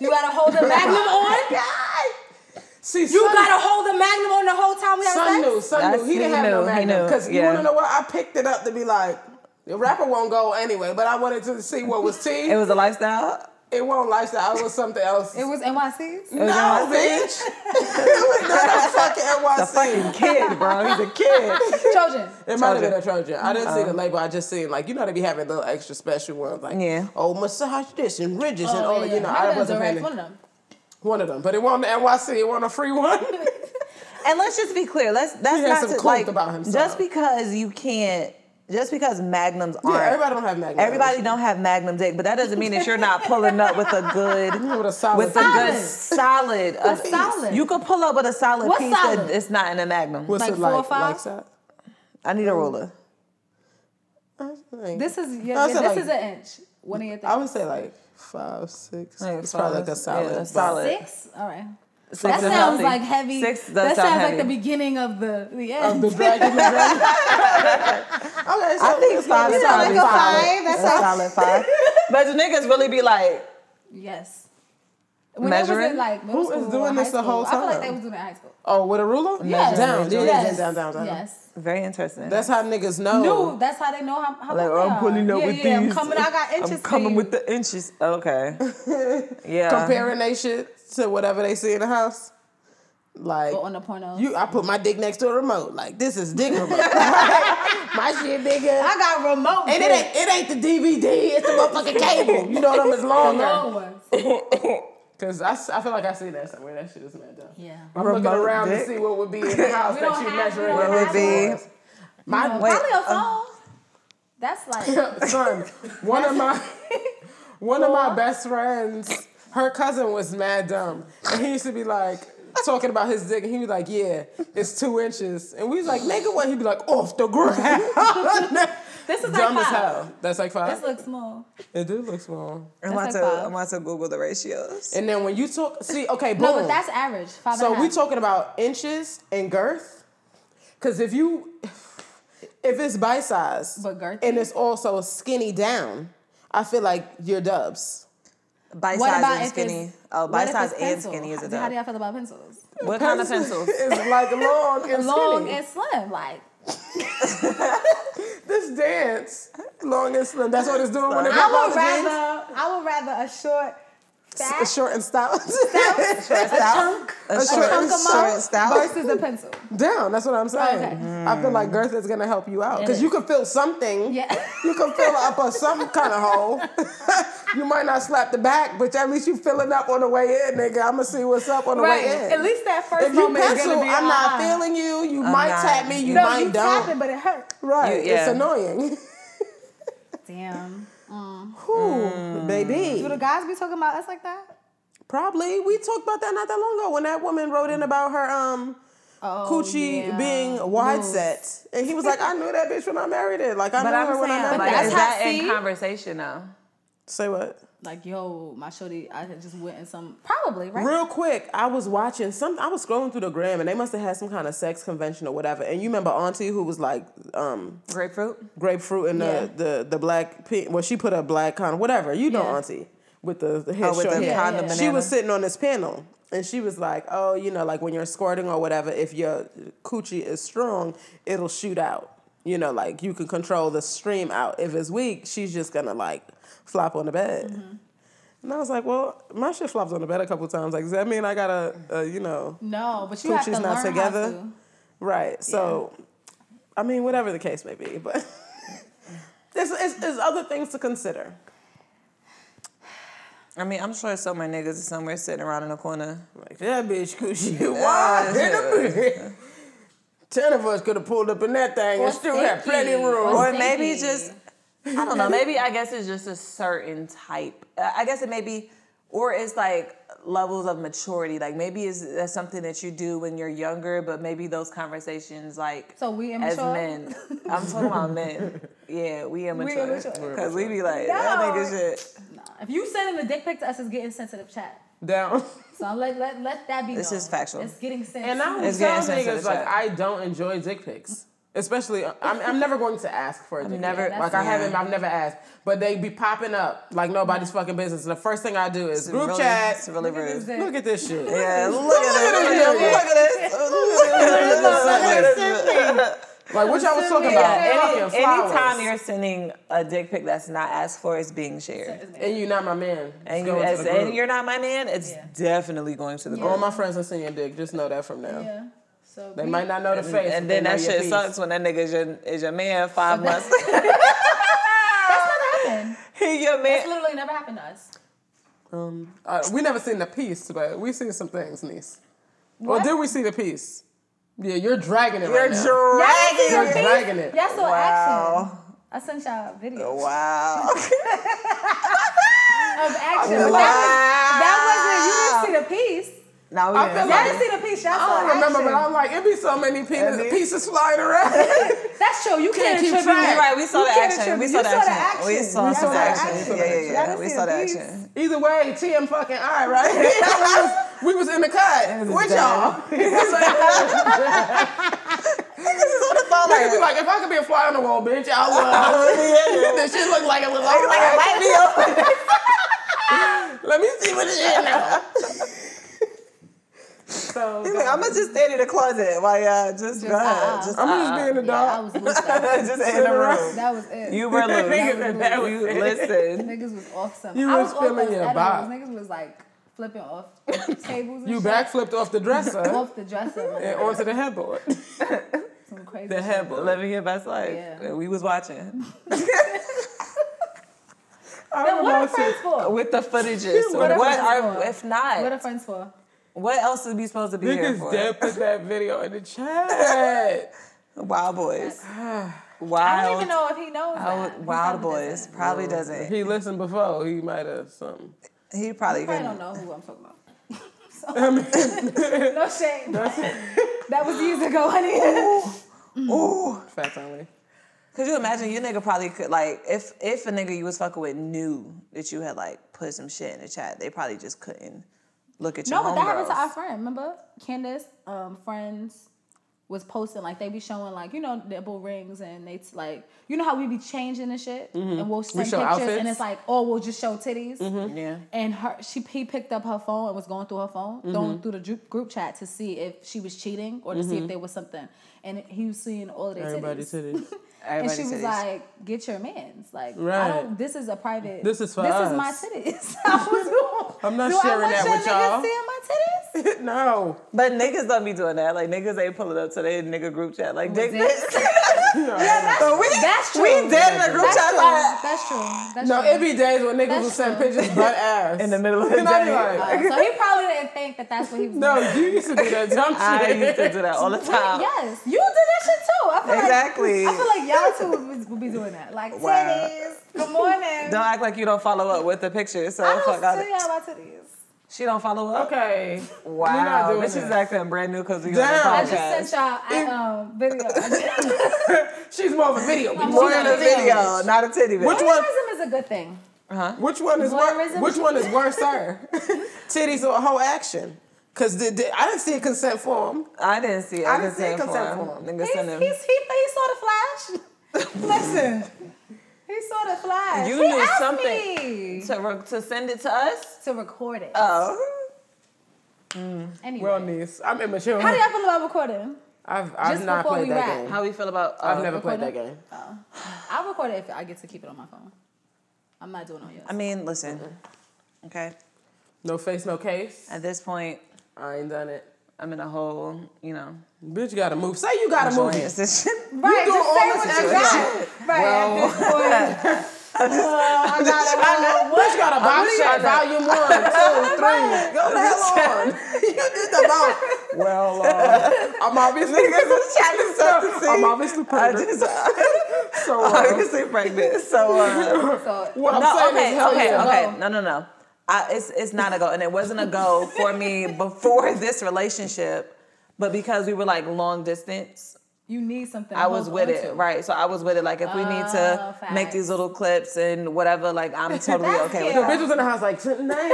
Speaker 5: You gotta hold the magnum on.
Speaker 4: See,
Speaker 5: You gotta hold the magnum on the whole time we have
Speaker 4: Sun
Speaker 5: sex.
Speaker 4: knew, Sun
Speaker 2: That's-
Speaker 4: knew. He,
Speaker 2: he
Speaker 4: didn't have no
Speaker 2: knew, he
Speaker 4: magnum.
Speaker 2: knew,
Speaker 4: Because you
Speaker 2: yeah.
Speaker 4: wanna know what? I picked it up to be like, the rapper won't go anyway, but I wanted to see what was tea.
Speaker 2: It was a lifestyle.
Speaker 4: it won't lifestyle, it was something else.
Speaker 5: It was NYC's.
Speaker 2: It
Speaker 4: no,
Speaker 2: was NYC.
Speaker 4: bitch. it was not a fucking NYC.
Speaker 2: The fucking kid, bro. He's a kid.
Speaker 4: Oh,
Speaker 5: Trojan.
Speaker 4: It might have been a Trojan. I didn't
Speaker 2: Oh.
Speaker 4: see the label. I just seen like you know they be having little extra special ones like
Speaker 2: Yeah.
Speaker 4: oh massage this and ridges and
Speaker 5: Oh,
Speaker 4: all that. You know
Speaker 5: Might have
Speaker 4: I
Speaker 5: been
Speaker 4: wasn't
Speaker 5: Direct,
Speaker 4: paying
Speaker 5: one of
Speaker 4: one.
Speaker 5: them.
Speaker 4: of them, but it wasn't the NYC. It wasn't a free one.
Speaker 2: And let's just be clear. Let's that's
Speaker 4: He has
Speaker 2: not
Speaker 4: some
Speaker 2: to,
Speaker 4: clout
Speaker 2: like
Speaker 4: about himself.
Speaker 2: just because you can't just because magnums
Speaker 4: yeah,
Speaker 2: aren't
Speaker 4: everybody don't have Magnum.
Speaker 2: everybody don't have magnum dick, but that doesn't mean that you're not pulling up with a good
Speaker 4: with a solid.
Speaker 2: with a
Speaker 4: piece.
Speaker 2: good solid a
Speaker 5: solid.
Speaker 2: You could pull up with a solid
Speaker 5: What
Speaker 2: piece
Speaker 5: solid?
Speaker 2: that it's not in a magnum.
Speaker 4: What's
Speaker 5: like
Speaker 4: it
Speaker 5: four or
Speaker 4: like?
Speaker 5: five?
Speaker 4: Like that?
Speaker 2: I need a ruler.
Speaker 4: I think-
Speaker 5: This is
Speaker 4: I
Speaker 5: yeah,
Speaker 4: would
Speaker 5: yeah,
Speaker 4: say,
Speaker 5: this
Speaker 4: like-
Speaker 5: is an inch. One of your
Speaker 4: I
Speaker 5: things.
Speaker 4: would say like five, six.
Speaker 2: Like
Speaker 4: it's probably like
Speaker 2: five,
Speaker 4: a
Speaker 2: yeah,
Speaker 4: solid.
Speaker 2: a
Speaker 4: but-
Speaker 2: solid.
Speaker 5: Six? All right.
Speaker 2: Six
Speaker 5: That
Speaker 2: is
Speaker 5: sounds
Speaker 2: healthy.
Speaker 5: like heavy.
Speaker 2: Six does
Speaker 5: that
Speaker 2: sound
Speaker 5: sounds
Speaker 2: heavy.
Speaker 5: like the beginning of the the
Speaker 4: Of
Speaker 5: end.
Speaker 4: the dragon. the dragon. okay, so
Speaker 2: I think five is
Speaker 4: it's like
Speaker 2: probably
Speaker 4: a
Speaker 2: solid. That's a solid five. But the niggas really be like,
Speaker 5: yes. When they was
Speaker 2: Measuring?
Speaker 5: in, like middle
Speaker 4: Who is
Speaker 5: school or
Speaker 4: doing
Speaker 5: high
Speaker 4: this the w
Speaker 5: school,
Speaker 4: whole
Speaker 5: I feel like
Speaker 4: time?
Speaker 5: they was doing it in high school.
Speaker 4: Oh, with a ruler?
Speaker 5: Yes.
Speaker 4: Down, down,
Speaker 5: Yes.
Speaker 4: down, down, down.
Speaker 5: Yes.
Speaker 2: Very interesting.
Speaker 4: That's how niggas know.
Speaker 5: No, that's how they know how. how
Speaker 2: Oh. like oh,
Speaker 5: big they
Speaker 2: I'm
Speaker 5: are.
Speaker 2: pulling up
Speaker 5: yeah,
Speaker 2: with
Speaker 5: yeah,
Speaker 2: these.
Speaker 5: I'm coming. I got inches.
Speaker 2: I'm coming
Speaker 5: for
Speaker 2: with
Speaker 5: you.
Speaker 2: the inches. Okay. Yeah.
Speaker 4: Comparing they shit to whatever they see in the house. Like
Speaker 5: Go on the porno.
Speaker 4: you, I put my dick next to a remote. Like this is dick remote. my shit bigger.
Speaker 5: I got remote.
Speaker 4: And it ain't it ain't the DVD, it's the motherfucking cable. You know them is longer.
Speaker 5: long ones.
Speaker 4: Cause I, s- I feel like I see that somewhere. That shit is mad though.
Speaker 5: Yeah.
Speaker 4: I'm looking
Speaker 2: Remote
Speaker 4: around to
Speaker 2: dick.
Speaker 4: see what would be in the house that
Speaker 5: We don't
Speaker 4: you
Speaker 5: have-
Speaker 4: measuring.
Speaker 5: we don't
Speaker 4: with
Speaker 2: have Would
Speaker 4: yours. My
Speaker 2: Wait, um,
Speaker 5: Probably a phone. That's like
Speaker 4: son, one of my one of my best friends, her cousin was mad dumb. And he used to be like talking about his dick and he'd be like, Yeah, it's two inches. And we was like, nigga what? He'd be like, off the ground.
Speaker 5: this is
Speaker 4: dumb
Speaker 5: like
Speaker 4: as
Speaker 5: five.
Speaker 4: hell. That's like five.
Speaker 5: This looks small.
Speaker 4: it do look small.
Speaker 2: I'm
Speaker 5: That's
Speaker 2: about, to,
Speaker 5: like five.
Speaker 2: I'm about to Google the ratios.
Speaker 4: And then when you talk see, okay, boom.
Speaker 5: No,
Speaker 2: Oh.
Speaker 5: but that's average. Five and a
Speaker 4: so we
Speaker 5: half.
Speaker 4: talking about inches and girth? Cause if you if it's bite size
Speaker 5: But girthy?
Speaker 4: and it's also skinny down, I feel like you're dubs.
Speaker 2: Bite
Speaker 5: What
Speaker 2: size
Speaker 5: about
Speaker 2: and
Speaker 5: if it's-
Speaker 2: skinny. Oh,
Speaker 5: What
Speaker 2: bite
Speaker 5: if
Speaker 2: size
Speaker 5: it's
Speaker 2: and
Speaker 5: pencil?
Speaker 2: skinny is a
Speaker 5: How do
Speaker 2: dub.
Speaker 5: y'all feel about pencils?
Speaker 2: What kind of pencils?
Speaker 4: It's like long and
Speaker 5: Long
Speaker 4: skinny.
Speaker 5: and slim, like
Speaker 4: this dance, long and slim. That's what it's doing when it
Speaker 5: I
Speaker 4: pop
Speaker 5: would
Speaker 4: out the jeans.
Speaker 5: rather I would rather a short, fat,
Speaker 4: A short and stout.
Speaker 2: chunk. A short,
Speaker 5: chunk of
Speaker 2: short
Speaker 5: mouth
Speaker 2: stout.
Speaker 5: versus a pencil.
Speaker 4: Down. That's what I'm saying.
Speaker 5: Okay.
Speaker 4: I feel like girth is gonna help you out because
Speaker 5: is.
Speaker 4: you can feel something.
Speaker 5: Yeah.
Speaker 4: You can fill up a some kind of hole. you might not slap the back, but at least you filling up on the way in, nigga. I'ma see what's up on the
Speaker 5: Right.
Speaker 4: way in.
Speaker 5: At least that first
Speaker 4: if you
Speaker 5: moment is
Speaker 4: pencil,
Speaker 5: gonna be.
Speaker 4: I'm not
Speaker 5: uh-uh.
Speaker 4: feeling you. You might
Speaker 2: not.
Speaker 4: tap me. You
Speaker 5: No,
Speaker 4: might
Speaker 5: you
Speaker 4: don't.
Speaker 5: tapping, but it hurt.
Speaker 4: Right.
Speaker 2: You- yeah.
Speaker 4: It's annoying.
Speaker 5: Damn.
Speaker 4: Whew,
Speaker 2: Mm.
Speaker 4: baby.
Speaker 5: Do the guys be talking about us like that?
Speaker 4: Probably. We talked about that not that long ago when that woman wrote in about her um
Speaker 5: Oh,
Speaker 4: coochie
Speaker 5: yeah.
Speaker 4: being wide
Speaker 5: Loose.
Speaker 4: set. And he was like, I knew that bitch when I married her. Like I
Speaker 2: But
Speaker 4: knew
Speaker 2: I'm
Speaker 4: her when I married
Speaker 2: saying,
Speaker 4: her.
Speaker 2: like,
Speaker 5: that's
Speaker 2: is
Speaker 5: how
Speaker 2: that
Speaker 5: I
Speaker 2: in
Speaker 5: see-
Speaker 2: conversation now?
Speaker 4: Say what?
Speaker 5: Like, yo, my shorty, I had just went in some. Probably, right?
Speaker 4: Real quick, I was watching some. I was scrolling through the gram, and they must have had some kind of sex convention or whatever. And you remember Auntie who was like um,
Speaker 2: Grapefruit?
Speaker 4: grapefruit and
Speaker 5: Yeah.
Speaker 4: the, the the black. Pe- well, she put a black kind of whatever. You know
Speaker 5: Yeah.
Speaker 4: Auntie with the, the head
Speaker 2: Oh, with
Speaker 4: short
Speaker 2: the
Speaker 4: hair.
Speaker 2: condom
Speaker 5: Yeah.
Speaker 4: She was
Speaker 2: banana.
Speaker 4: sitting on this panel, and she was like, "Oh, you know, like when you're squirting or whatever, if your coochie is strong, it'll shoot out. You know, like you can control the stream out. If it's weak, she's just gonna like flop on the bed." And I was like, well, my shit flops on the bed a couple times. Like, does that mean I gotta, uh, you know,
Speaker 5: No, but you have to
Speaker 4: Coochie's
Speaker 5: learn
Speaker 4: not
Speaker 5: how
Speaker 4: together?
Speaker 5: to.
Speaker 4: right? So, I mean, whatever the case may be, but there's, it's, there's other things to consider.
Speaker 2: I mean, I'm sure somewhere niggas is somewhere sitting around in the corner.
Speaker 4: Like that bitch coochie wide in the bed. Ten of us could have pulled up in that thing
Speaker 5: Or
Speaker 4: and still had
Speaker 5: sticky.
Speaker 4: plenty of room.
Speaker 5: Or
Speaker 2: Or maybe
Speaker 5: Maybe.
Speaker 2: just, I don't know, maybe I guess it's just a certain type. Uh, I guess it may be, or it's like levels of maturity. Like maybe it's that's something that you do when you're younger, but maybe those conversations, like
Speaker 5: So we
Speaker 2: as
Speaker 5: immature?
Speaker 2: men, I'm talking about men. Yeah, we immature.
Speaker 5: immature. We're
Speaker 2: Because we be like,
Speaker 5: No.
Speaker 2: that nigga shit.
Speaker 5: Nah, if you sending a dick pic to us, it's getting sensitive chat.
Speaker 4: Down.
Speaker 5: So I'm let let let that be.
Speaker 2: This
Speaker 5: known.
Speaker 2: is factual.
Speaker 5: It's getting sensitive.
Speaker 4: And I would
Speaker 2: It's
Speaker 4: tell
Speaker 2: getting sensitive
Speaker 4: niggas
Speaker 2: to
Speaker 4: like
Speaker 2: chat.
Speaker 4: I don't enjoy dick pics, especially I'm, I'm never going to ask for a dick
Speaker 2: never-
Speaker 4: pic.
Speaker 2: Yeah,
Speaker 4: Like I
Speaker 2: that's-
Speaker 4: haven't, I've never asked, but they be popping up like nobody's fucking business. And the first thing I do is
Speaker 2: It's
Speaker 4: group
Speaker 2: really-
Speaker 4: chat.
Speaker 2: It's really
Speaker 5: Look at this
Speaker 2: rude.
Speaker 5: dick.
Speaker 4: Look at this shit.
Speaker 2: Yeah, look at this. Look at this.
Speaker 4: Like what y'all was talking
Speaker 5: Yeah,
Speaker 4: about?
Speaker 2: Any,
Speaker 4: Fucking flowers.
Speaker 2: anytime you're sending a dick pic that's not asked for, it's being shared.
Speaker 4: and you not my man, It's
Speaker 2: And, you,
Speaker 4: going to
Speaker 2: as,
Speaker 4: the
Speaker 2: and
Speaker 4: group.
Speaker 2: you're not my man, it's definitely going to the
Speaker 4: all
Speaker 2: group.
Speaker 4: my friends are seeing your dick. Just know that from now.
Speaker 5: yeah. So
Speaker 4: They
Speaker 5: we-
Speaker 4: might not know the face,
Speaker 2: And
Speaker 4: but
Speaker 2: then
Speaker 4: they know
Speaker 2: that
Speaker 4: your
Speaker 2: shit
Speaker 4: piece.
Speaker 2: sucks when that nigga is your, is your man five months.
Speaker 5: That's never happened.
Speaker 2: he your
Speaker 5: That's
Speaker 2: man.
Speaker 5: literally never happened to us.
Speaker 4: Um, uh, we never seen the piece, but we seen some things, niece. Well,
Speaker 5: What?
Speaker 4: did we see the piece? Yeah, you're dragging it.
Speaker 2: You're
Speaker 4: right now.
Speaker 2: dragging.
Speaker 4: You're dragging it.
Speaker 5: Y'all saw
Speaker 2: Wow.
Speaker 5: action. I sent y'all a video
Speaker 2: Wow.
Speaker 5: of action. But that, was, that wasn't. You didn't see the piece.
Speaker 2: Now we
Speaker 4: I feel
Speaker 2: in.
Speaker 5: Y'all
Speaker 4: like-
Speaker 5: didn't see the piece. Y'all
Speaker 4: Ah. Oh, I
Speaker 5: saw
Speaker 4: don't remember,
Speaker 5: action.
Speaker 4: but I'm like, it be so many pieces,
Speaker 2: That is-
Speaker 4: pieces flying around.
Speaker 5: That's true. You can't,
Speaker 4: Can't keep
Speaker 5: attribute.
Speaker 4: track.
Speaker 2: You're right, we saw
Speaker 5: You
Speaker 2: the
Speaker 5: can't
Speaker 2: action.
Speaker 5: attribute-
Speaker 2: We
Speaker 5: you
Speaker 2: saw the
Speaker 5: saw the
Speaker 2: action. We
Speaker 5: action.
Speaker 2: saw
Speaker 5: Y'all
Speaker 2: some
Speaker 5: saw the
Speaker 2: action.
Speaker 4: action.
Speaker 2: Yeah, yeah,
Speaker 5: Y'all
Speaker 2: yeah. We
Speaker 5: didn't see
Speaker 2: saw
Speaker 5: the
Speaker 2: the
Speaker 5: piece.
Speaker 2: action.
Speaker 4: Either way, TM fucking I, right? we, was, we was in the cut with y'all.
Speaker 2: This is what it's all
Speaker 4: Niggas be like, if I could be a fly on the wall, bitch, I would. this shit look like it was all
Speaker 2: Like a light bill.
Speaker 4: Let me see what it is now.
Speaker 2: So
Speaker 6: He's like, I'm gonna just stand in the closet while
Speaker 2: uh,
Speaker 6: y'all just, go ahead.
Speaker 5: uh-uh.
Speaker 6: Just,
Speaker 4: I'm just being a
Speaker 5: Yeah, I
Speaker 4: dog.
Speaker 5: was loose that day.
Speaker 6: just in the room.
Speaker 5: That was it.
Speaker 2: you were loose.
Speaker 4: Nigga, that was
Speaker 2: you
Speaker 4: it.
Speaker 2: listen.
Speaker 5: niggas was off something.
Speaker 4: You
Speaker 5: I
Speaker 4: was
Speaker 5: was off
Speaker 4: feeling
Speaker 5: those
Speaker 4: your
Speaker 5: edibles.
Speaker 4: vibe.
Speaker 5: Niggas was like flipping off tables. And
Speaker 4: You
Speaker 5: shit.
Speaker 4: backflipped off the dresser
Speaker 5: off the dresser.
Speaker 4: and onto the headboard.
Speaker 5: Some crazy.
Speaker 4: The
Speaker 5: shit.
Speaker 4: headboard.
Speaker 2: Living your best life.
Speaker 5: Yeah.
Speaker 2: And we was watching
Speaker 4: I
Speaker 5: Then
Speaker 4: don't
Speaker 5: what
Speaker 4: know
Speaker 5: are
Speaker 4: if it-
Speaker 5: friends for?
Speaker 2: with the footages.
Speaker 4: What
Speaker 2: what
Speaker 4: are
Speaker 2: are
Speaker 5: friends
Speaker 2: if not?
Speaker 5: What
Speaker 2: What,
Speaker 5: are friends for?
Speaker 2: else are we supposed to be here
Speaker 4: Niggas
Speaker 2: for?
Speaker 4: dead put that video in the chat.
Speaker 6: Wild boys.
Speaker 2: Wild.
Speaker 5: I don't even know if he knows
Speaker 2: wild-
Speaker 5: that. He
Speaker 2: Wild
Speaker 5: probably
Speaker 2: boys
Speaker 5: doesn't.
Speaker 2: probably doesn't.
Speaker 4: He listened before. He might have something.
Speaker 6: He probably
Speaker 5: He probably don't
Speaker 6: couldn't.
Speaker 5: know who I'm talking about. So, no shame. that was years ago, honey.
Speaker 6: Ooh.
Speaker 4: Facts only.
Speaker 6: Could you imagine? You nigga probably could like if if a nigga you was fucking with knew that you had like put some shit in the chat, they probably just couldn't look at your
Speaker 5: No, but that happened to
Speaker 6: homegirls.
Speaker 5: our friend. Remember, Candace, um, friends was posting like they be showing like you know nipple rings and they t- like you know how we be changing and shit and we'll send
Speaker 4: show
Speaker 5: pictures and
Speaker 4: outfits.
Speaker 5: it's like oh we'll just show titties
Speaker 2: Yeah.
Speaker 5: and her she he picked up her phone and was going through her phone
Speaker 4: Mm-hmm.
Speaker 5: going through the group, group chat to see if she was cheating or to see if there was something and he was seeing all of their
Speaker 4: Mm-hmm. Everybody
Speaker 5: titties.
Speaker 4: titties.
Speaker 5: And she was
Speaker 2: Everybody titties.
Speaker 5: like, "Get your man's. Like,
Speaker 4: Right.
Speaker 5: I don't. This is a private.
Speaker 4: This is for
Speaker 5: This
Speaker 4: us.
Speaker 5: is my titties. I was doing-
Speaker 4: I'm not
Speaker 5: Do
Speaker 4: sharing
Speaker 5: I want
Speaker 4: that
Speaker 5: your
Speaker 4: with
Speaker 5: niggas
Speaker 4: y'all.
Speaker 5: Seeing my titties.
Speaker 4: no.
Speaker 2: But niggas don't be doing that. Like niggas ain't pulling up to their nigga group chat. Like dick pics.
Speaker 6: But we
Speaker 5: That's true.
Speaker 6: we dead in the group
Speaker 5: That's
Speaker 6: chat
Speaker 5: true.
Speaker 6: like
Speaker 5: That's true. That's
Speaker 4: No,
Speaker 5: true.
Speaker 4: it be days when niggas
Speaker 5: That's
Speaker 4: will send
Speaker 5: true.
Speaker 4: pictures butt ass.
Speaker 2: In the middle of the
Speaker 4: And I be
Speaker 2: day.
Speaker 4: like,
Speaker 5: Uh, so he probably didn't think that that's what he was. doing.
Speaker 4: no, you used to do that dumb shit.
Speaker 2: I used to do that all the time.
Speaker 5: Yes, you did that shit too. I feel
Speaker 6: Exactly.
Speaker 5: Like, I feel like y'all two would, would be doing that. Like
Speaker 6: Wow.
Speaker 5: titties. Good morning.
Speaker 2: Don't act like you don't follow up with the picture. So
Speaker 5: I don't
Speaker 2: fuck out.
Speaker 5: see y'all my titties.
Speaker 2: She don't follow up.
Speaker 4: Okay. We're not
Speaker 2: Wow,
Speaker 4: doing
Speaker 2: bitch is
Speaker 4: that.
Speaker 2: acting brand new because we
Speaker 4: Damn.
Speaker 2: on
Speaker 5: I
Speaker 2: the
Speaker 5: just
Speaker 2: podcast.
Speaker 5: sent y'all I, um video. I just-
Speaker 4: She's more of a video. bitch.
Speaker 5: more
Speaker 6: More in a video, not a titty
Speaker 4: Which
Speaker 6: bitch.
Speaker 4: one?
Speaker 5: Voyeurism is a good thing.
Speaker 4: Which one is worse?
Speaker 5: Voyeurism.
Speaker 4: Which one is worse, sir? Titties or whole action? Cause the, the- I didn't see a consent form.
Speaker 2: I didn't see it. I, didn't see it
Speaker 4: consent
Speaker 2: form.
Speaker 4: form.
Speaker 2: Nigga
Speaker 5: He's,
Speaker 2: sent him.
Speaker 5: he's, he, he saw the flash. Listen, he saw the flash.
Speaker 2: You
Speaker 5: he
Speaker 2: knew
Speaker 5: asked
Speaker 2: something.
Speaker 5: me
Speaker 2: to, re- to send it to us.
Speaker 5: to record it.
Speaker 2: Oh,
Speaker 5: anyway,
Speaker 4: Well, niece, I'm immature.
Speaker 5: how do y'all feel about recording?
Speaker 4: I've, I've
Speaker 5: Just
Speaker 4: not
Speaker 5: before
Speaker 4: played
Speaker 5: we
Speaker 4: that
Speaker 5: wrap.
Speaker 4: game.
Speaker 2: how we feel about?
Speaker 4: I've
Speaker 2: uh,
Speaker 4: never played that
Speaker 5: recording?
Speaker 4: game.
Speaker 5: I'll record it if Oh. I get to keep it on my phone. I'm not doing it on yours.
Speaker 6: I mean, listen. Okay.
Speaker 4: No face, no case.
Speaker 2: At this point,
Speaker 4: I ain't done it.
Speaker 2: I'm in a whole. You know,
Speaker 4: Bitch, you gotta move. Say you gotta move.
Speaker 2: joint. It's this shit.
Speaker 5: right,
Speaker 4: doing all this
Speaker 5: you got. Right, at this point.
Speaker 4: I gotta Bitch, you
Speaker 5: Uh,
Speaker 4: gotta box shot. Volume one, two, three. Go the hell on. you did the box. Well, uh, I'm obviously
Speaker 6: Challenge something.
Speaker 4: I'm obviously
Speaker 6: I
Speaker 4: pregnant.
Speaker 6: just
Speaker 4: So uh,
Speaker 6: obviously pregnant. So uh,
Speaker 5: So,
Speaker 4: what I'm
Speaker 2: No,
Speaker 4: saying
Speaker 2: okay,
Speaker 4: is, hell
Speaker 2: okay,
Speaker 4: yeah.
Speaker 2: okay. No, no, no. I, it's it's not a go, and it wasn't a go for me before this relationship, but because we were like long distance,
Speaker 5: you need something. to
Speaker 2: I was
Speaker 5: hold
Speaker 2: with
Speaker 5: on
Speaker 2: it,
Speaker 5: to.
Speaker 2: right? So I was with it. Like if we need to
Speaker 5: Uh-huh, Oh,
Speaker 2: make these
Speaker 5: facts.
Speaker 2: little clips and whatever, like I'm totally
Speaker 5: That's
Speaker 2: okay with
Speaker 5: cute.
Speaker 2: that.
Speaker 4: Bitch was in the house like tonight.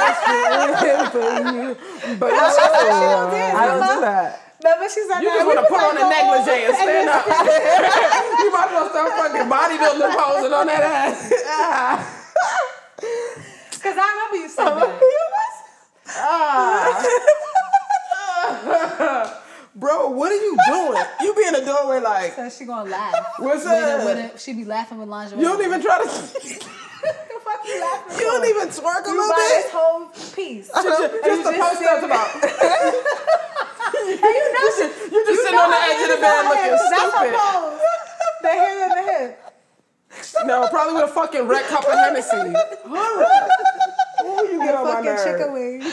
Speaker 4: I'm going for you, but no, I don't do that.
Speaker 5: No, but she said
Speaker 4: You just
Speaker 5: we
Speaker 4: want to
Speaker 5: was
Speaker 4: put on
Speaker 5: like,
Speaker 4: a negligee and stand up. you might as well start fucking bodybuilding posing on that ass.
Speaker 5: Because I remember you said that.
Speaker 4: Ah. Bro, what are you doing? You be in the doorway like,
Speaker 5: So she gonna laugh.
Speaker 4: what's
Speaker 5: With it,
Speaker 4: up?
Speaker 5: with it. She be laughing with lingerie.
Speaker 4: You don't even try to.
Speaker 5: the fuck you laughing
Speaker 4: You don't even twerk a
Speaker 5: You
Speaker 4: little
Speaker 5: buy this
Speaker 4: bit.
Speaker 5: whole piece. and
Speaker 4: Just the post up about.
Speaker 5: you know she
Speaker 4: You just sitting on the edge of the bed looking
Speaker 5: That's her
Speaker 4: stupid.
Speaker 5: pose. The head and the hip.
Speaker 4: No, probably with a fucking red cup of Hennessy. Horrible. Ooh, you get on my
Speaker 5: Fucking
Speaker 4: nerve.
Speaker 5: chicken wing.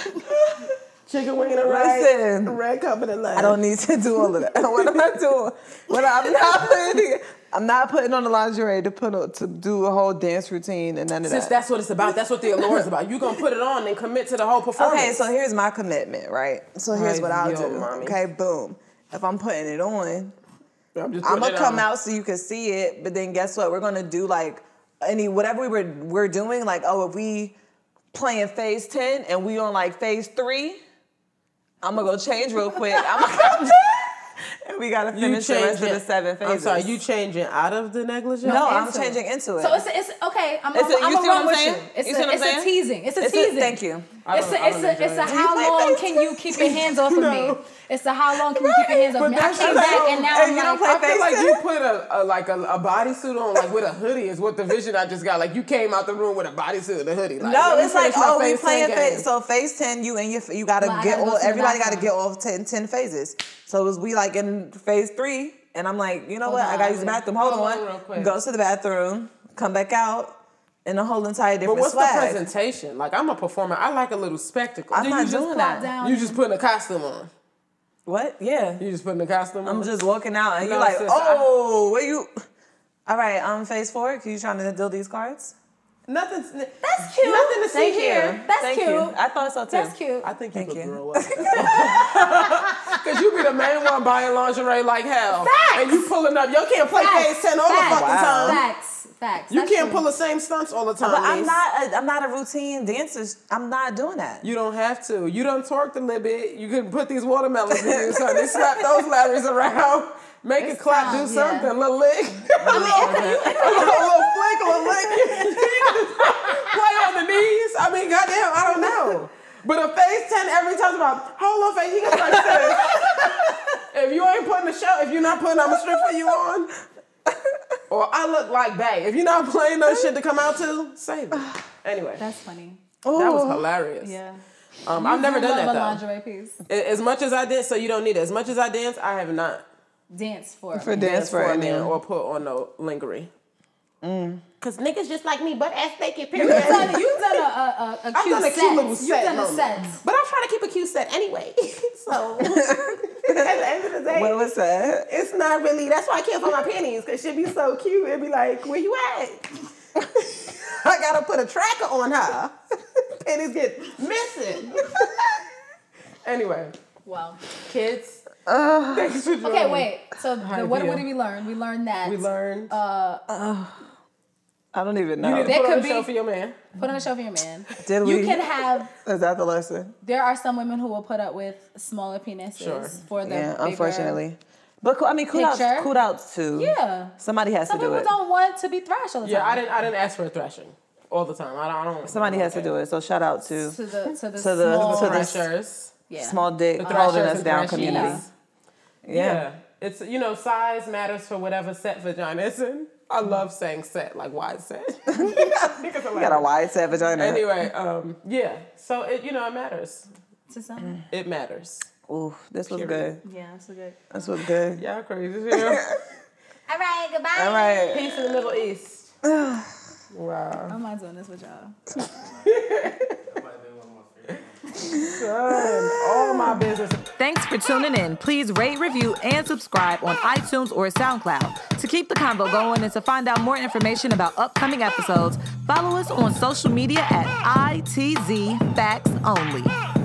Speaker 4: Chicken wing and a red,
Speaker 2: Listen.
Speaker 4: red cup and a leg.
Speaker 2: I don't need to do all of that. What am I doing? What I'm not putting, I'm not putting on the lingerie to put on, to do a whole dance routine and none of
Speaker 4: Since
Speaker 2: that.
Speaker 4: that's what it's about, that's what the allure is about. You gonna put it on and commit to the whole performance.
Speaker 2: Okay, so here's my commitment, right? So
Speaker 4: Right,
Speaker 2: here's what I'll
Speaker 4: yo,
Speaker 2: do.
Speaker 4: mommy.
Speaker 2: Okay, boom. If I'm putting it on,
Speaker 4: I'm just
Speaker 2: I'm
Speaker 4: putting
Speaker 2: gonna
Speaker 4: it
Speaker 2: come
Speaker 4: on.
Speaker 2: out so you can see it. But then guess what? We're gonna do like any whatever we were we're doing. Like oh, if we playing phase ten and we on like phase three, I'm gonna go change real quick. I'm gonna come and we gotta finish the rest of the seven phases.
Speaker 4: I'm sorry, you changing out of the negligence?
Speaker 2: No, I'm
Speaker 5: into it.
Speaker 2: changing into it.
Speaker 5: So it's a, it's a- okay. I'm,
Speaker 2: It's a-
Speaker 5: I'm, I'm
Speaker 2: you see
Speaker 5: a
Speaker 2: what
Speaker 5: run
Speaker 2: I'm
Speaker 5: with
Speaker 2: saying?
Speaker 5: you. It's
Speaker 2: You
Speaker 5: a,
Speaker 2: see what I'm
Speaker 5: it's
Speaker 2: saying?
Speaker 5: a teasing. It's a
Speaker 2: It's a-
Speaker 5: teasing.
Speaker 2: thank you.
Speaker 4: I
Speaker 5: It's
Speaker 4: don't-
Speaker 5: a,
Speaker 4: I
Speaker 5: it's
Speaker 4: don't
Speaker 5: a,
Speaker 4: enjoy
Speaker 5: it's
Speaker 4: it.
Speaker 5: a
Speaker 4: Do you
Speaker 5: how
Speaker 2: play
Speaker 5: long
Speaker 2: face
Speaker 5: can you keep your hands off of me?
Speaker 4: No.
Speaker 5: It's a how long can you keep your hands off
Speaker 4: But
Speaker 5: of me? I
Speaker 4: that's
Speaker 5: came
Speaker 4: just
Speaker 5: back
Speaker 4: so-
Speaker 5: and now
Speaker 2: and
Speaker 5: I'm
Speaker 2: you don't
Speaker 5: like,
Speaker 2: play
Speaker 4: I feel like
Speaker 2: Face
Speaker 4: you put a, a like a, a bodysuit on, like with a hoodie, is what the vision I just got. Like you came out the room with a bodysuit and a hoodie. Like,
Speaker 2: No,
Speaker 4: let me
Speaker 2: it's like
Speaker 4: finish my
Speaker 2: oh, we
Speaker 4: face
Speaker 2: playing
Speaker 4: ten
Speaker 2: phase.
Speaker 4: games.
Speaker 2: So phase ten, you and your you gotta
Speaker 5: Well, I
Speaker 2: get
Speaker 5: gotta go
Speaker 2: all.
Speaker 5: to the
Speaker 2: Everybody gotta
Speaker 5: bathroom.
Speaker 2: get all 10, 10 phases. So it was we like in phase three, and I'm like, you know what? I
Speaker 5: on,
Speaker 2: gotta use the
Speaker 5: wait.
Speaker 2: bathroom. Hold,
Speaker 4: Hold on real
Speaker 2: on,
Speaker 4: quick.
Speaker 2: goes to the bathroom, come back out in a whole entire different
Speaker 4: but what's the
Speaker 2: swag.
Speaker 4: presentation? Like I'm a performer. I like a little spectacle.
Speaker 2: I'm
Speaker 4: you
Speaker 2: not
Speaker 4: just,
Speaker 5: plop
Speaker 2: doing that.
Speaker 5: down.
Speaker 4: you just putting a costume on.
Speaker 2: What? Yeah,
Speaker 4: You just putting a costume on.
Speaker 2: I'm just walking out, and
Speaker 4: No,
Speaker 2: you're like,
Speaker 4: sis, I-
Speaker 2: oh, where you? All right, um, phase four. Can you trying to deal these cards?
Speaker 4: nothing's.
Speaker 5: that's cute.
Speaker 4: Nothing to see
Speaker 5: Thank you.
Speaker 4: here.
Speaker 5: That's
Speaker 2: Thank
Speaker 5: cute.
Speaker 2: you. I thought so too.
Speaker 5: That's cute.
Speaker 4: I think you
Speaker 2: Thank
Speaker 4: could
Speaker 2: you.
Speaker 4: grow up. Cause you be the main one buying lingerie like hell,
Speaker 5: Facts.
Speaker 4: and you pulling up. Y'all can't play
Speaker 5: Facts.
Speaker 4: phase ten all the
Speaker 5: Facts.
Speaker 4: fucking time.
Speaker 5: Facts. Facts.
Speaker 4: You
Speaker 5: That's
Speaker 4: can't
Speaker 5: true.
Speaker 4: pull the same stunts all the time.
Speaker 2: But I'm
Speaker 4: Ace.
Speaker 2: not. A, I'm not a routine dancer. I'm not doing that.
Speaker 4: You don't have to. You don't torque a little bit. You can put these watermelons in you, son. Just slap those laddies around. Make it clap,
Speaker 5: time,
Speaker 4: do
Speaker 5: yeah.
Speaker 4: something, little lick. a little, a little, little flick, a little lick. Play on the knees. I mean, goddamn, I don't know. But a phase 10 every time about, hold on, face, you got like sis. If you ain't putting a show, if you're not putting I'm a strip for you on, or I look like bae. If you're not playing no shit to come out to, save it. Anyway, that
Speaker 5: That's funny.
Speaker 4: was hilarious.
Speaker 5: Yeah.
Speaker 4: Um, I've never done
Speaker 5: Love
Speaker 4: that
Speaker 5: a
Speaker 4: though.
Speaker 5: lingerie piece.
Speaker 4: A- As much as I dance, so you don't need it. As much as I dance, I have not
Speaker 5: Dance for.
Speaker 2: for dance
Speaker 4: danced
Speaker 2: for
Speaker 4: for a
Speaker 2: it
Speaker 4: man
Speaker 2: now.
Speaker 4: or put on no lingerie.
Speaker 7: Cause niggas just like me, butt ass naked,
Speaker 5: You've
Speaker 7: period.
Speaker 5: done, you've done a, a, a, a cute
Speaker 4: done a
Speaker 5: set.
Speaker 4: cute little set
Speaker 5: You've done a
Speaker 4: moment.
Speaker 5: set.
Speaker 7: But I'm trying to keep a cute set anyway. so at the end of the day,
Speaker 2: What was that?
Speaker 7: it's not really. That's why I can't put my panties because she'd be so cute. It'd be like, where you at? I gotta put a tracker on her. panties get missing.
Speaker 4: Anyway,
Speaker 5: Wow.
Speaker 4: kids, thanks for joining.
Speaker 5: Okay, wait. So the, what,
Speaker 4: feel.
Speaker 5: what did we learn? We learned that
Speaker 4: We learned.
Speaker 2: I don't even
Speaker 4: you
Speaker 2: know.
Speaker 4: need to
Speaker 5: There
Speaker 4: put on
Speaker 5: could
Speaker 4: a show
Speaker 5: be-
Speaker 4: for your man.
Speaker 5: put on a show for your man.
Speaker 2: Did
Speaker 5: You
Speaker 2: we?
Speaker 5: can have.
Speaker 2: Is that the lesson?
Speaker 5: There are some women who will put up with smaller penises
Speaker 4: Sure.
Speaker 5: for them.
Speaker 2: yeah, unfortunately. But coo- I mean, kudos,
Speaker 5: Picture.
Speaker 2: kudos to
Speaker 5: Yeah.
Speaker 2: somebody has
Speaker 5: Some
Speaker 2: to do
Speaker 5: people
Speaker 2: it.
Speaker 5: don't want to be thrashed all the time.
Speaker 4: Yeah, I didn't. I didn't ask for a thrashing all the time. I don't. I don't
Speaker 2: Somebody has to do it. So shout out to
Speaker 5: To the to the
Speaker 2: To the-
Speaker 5: small,
Speaker 2: to the-
Speaker 4: thrashers.
Speaker 5: yeah.
Speaker 2: small dick
Speaker 4: The
Speaker 2: holding
Speaker 4: thrashers
Speaker 2: us
Speaker 4: and
Speaker 2: down
Speaker 4: thrashies.
Speaker 2: community. Yeah.
Speaker 4: Yeah. it's you know size matters for whatever set vagina is in. I love saying set like wide set. I think it's
Speaker 2: Got a
Speaker 4: hilarious.
Speaker 2: wide set vagina.
Speaker 4: Anyway, um, yeah. So it you know it matters.
Speaker 5: To some.
Speaker 4: It matters.
Speaker 2: Ooh, this was
Speaker 4: Period.
Speaker 2: good.
Speaker 5: Mm. Yeah, that's a good.
Speaker 2: This was good.
Speaker 4: Y'all crazy as hell.
Speaker 5: All right, goodbye.
Speaker 2: All right.
Speaker 4: Peace in the Middle East. wow.
Speaker 5: I'm not doing this with y'all.
Speaker 4: All my business.
Speaker 8: Thanks for tuning in. Please rate, review, and subscribe on iTunes or SoundCloud. To keep the convo going and to find out more information about upcoming episodes, follow us on social media at ITZ Facts Only.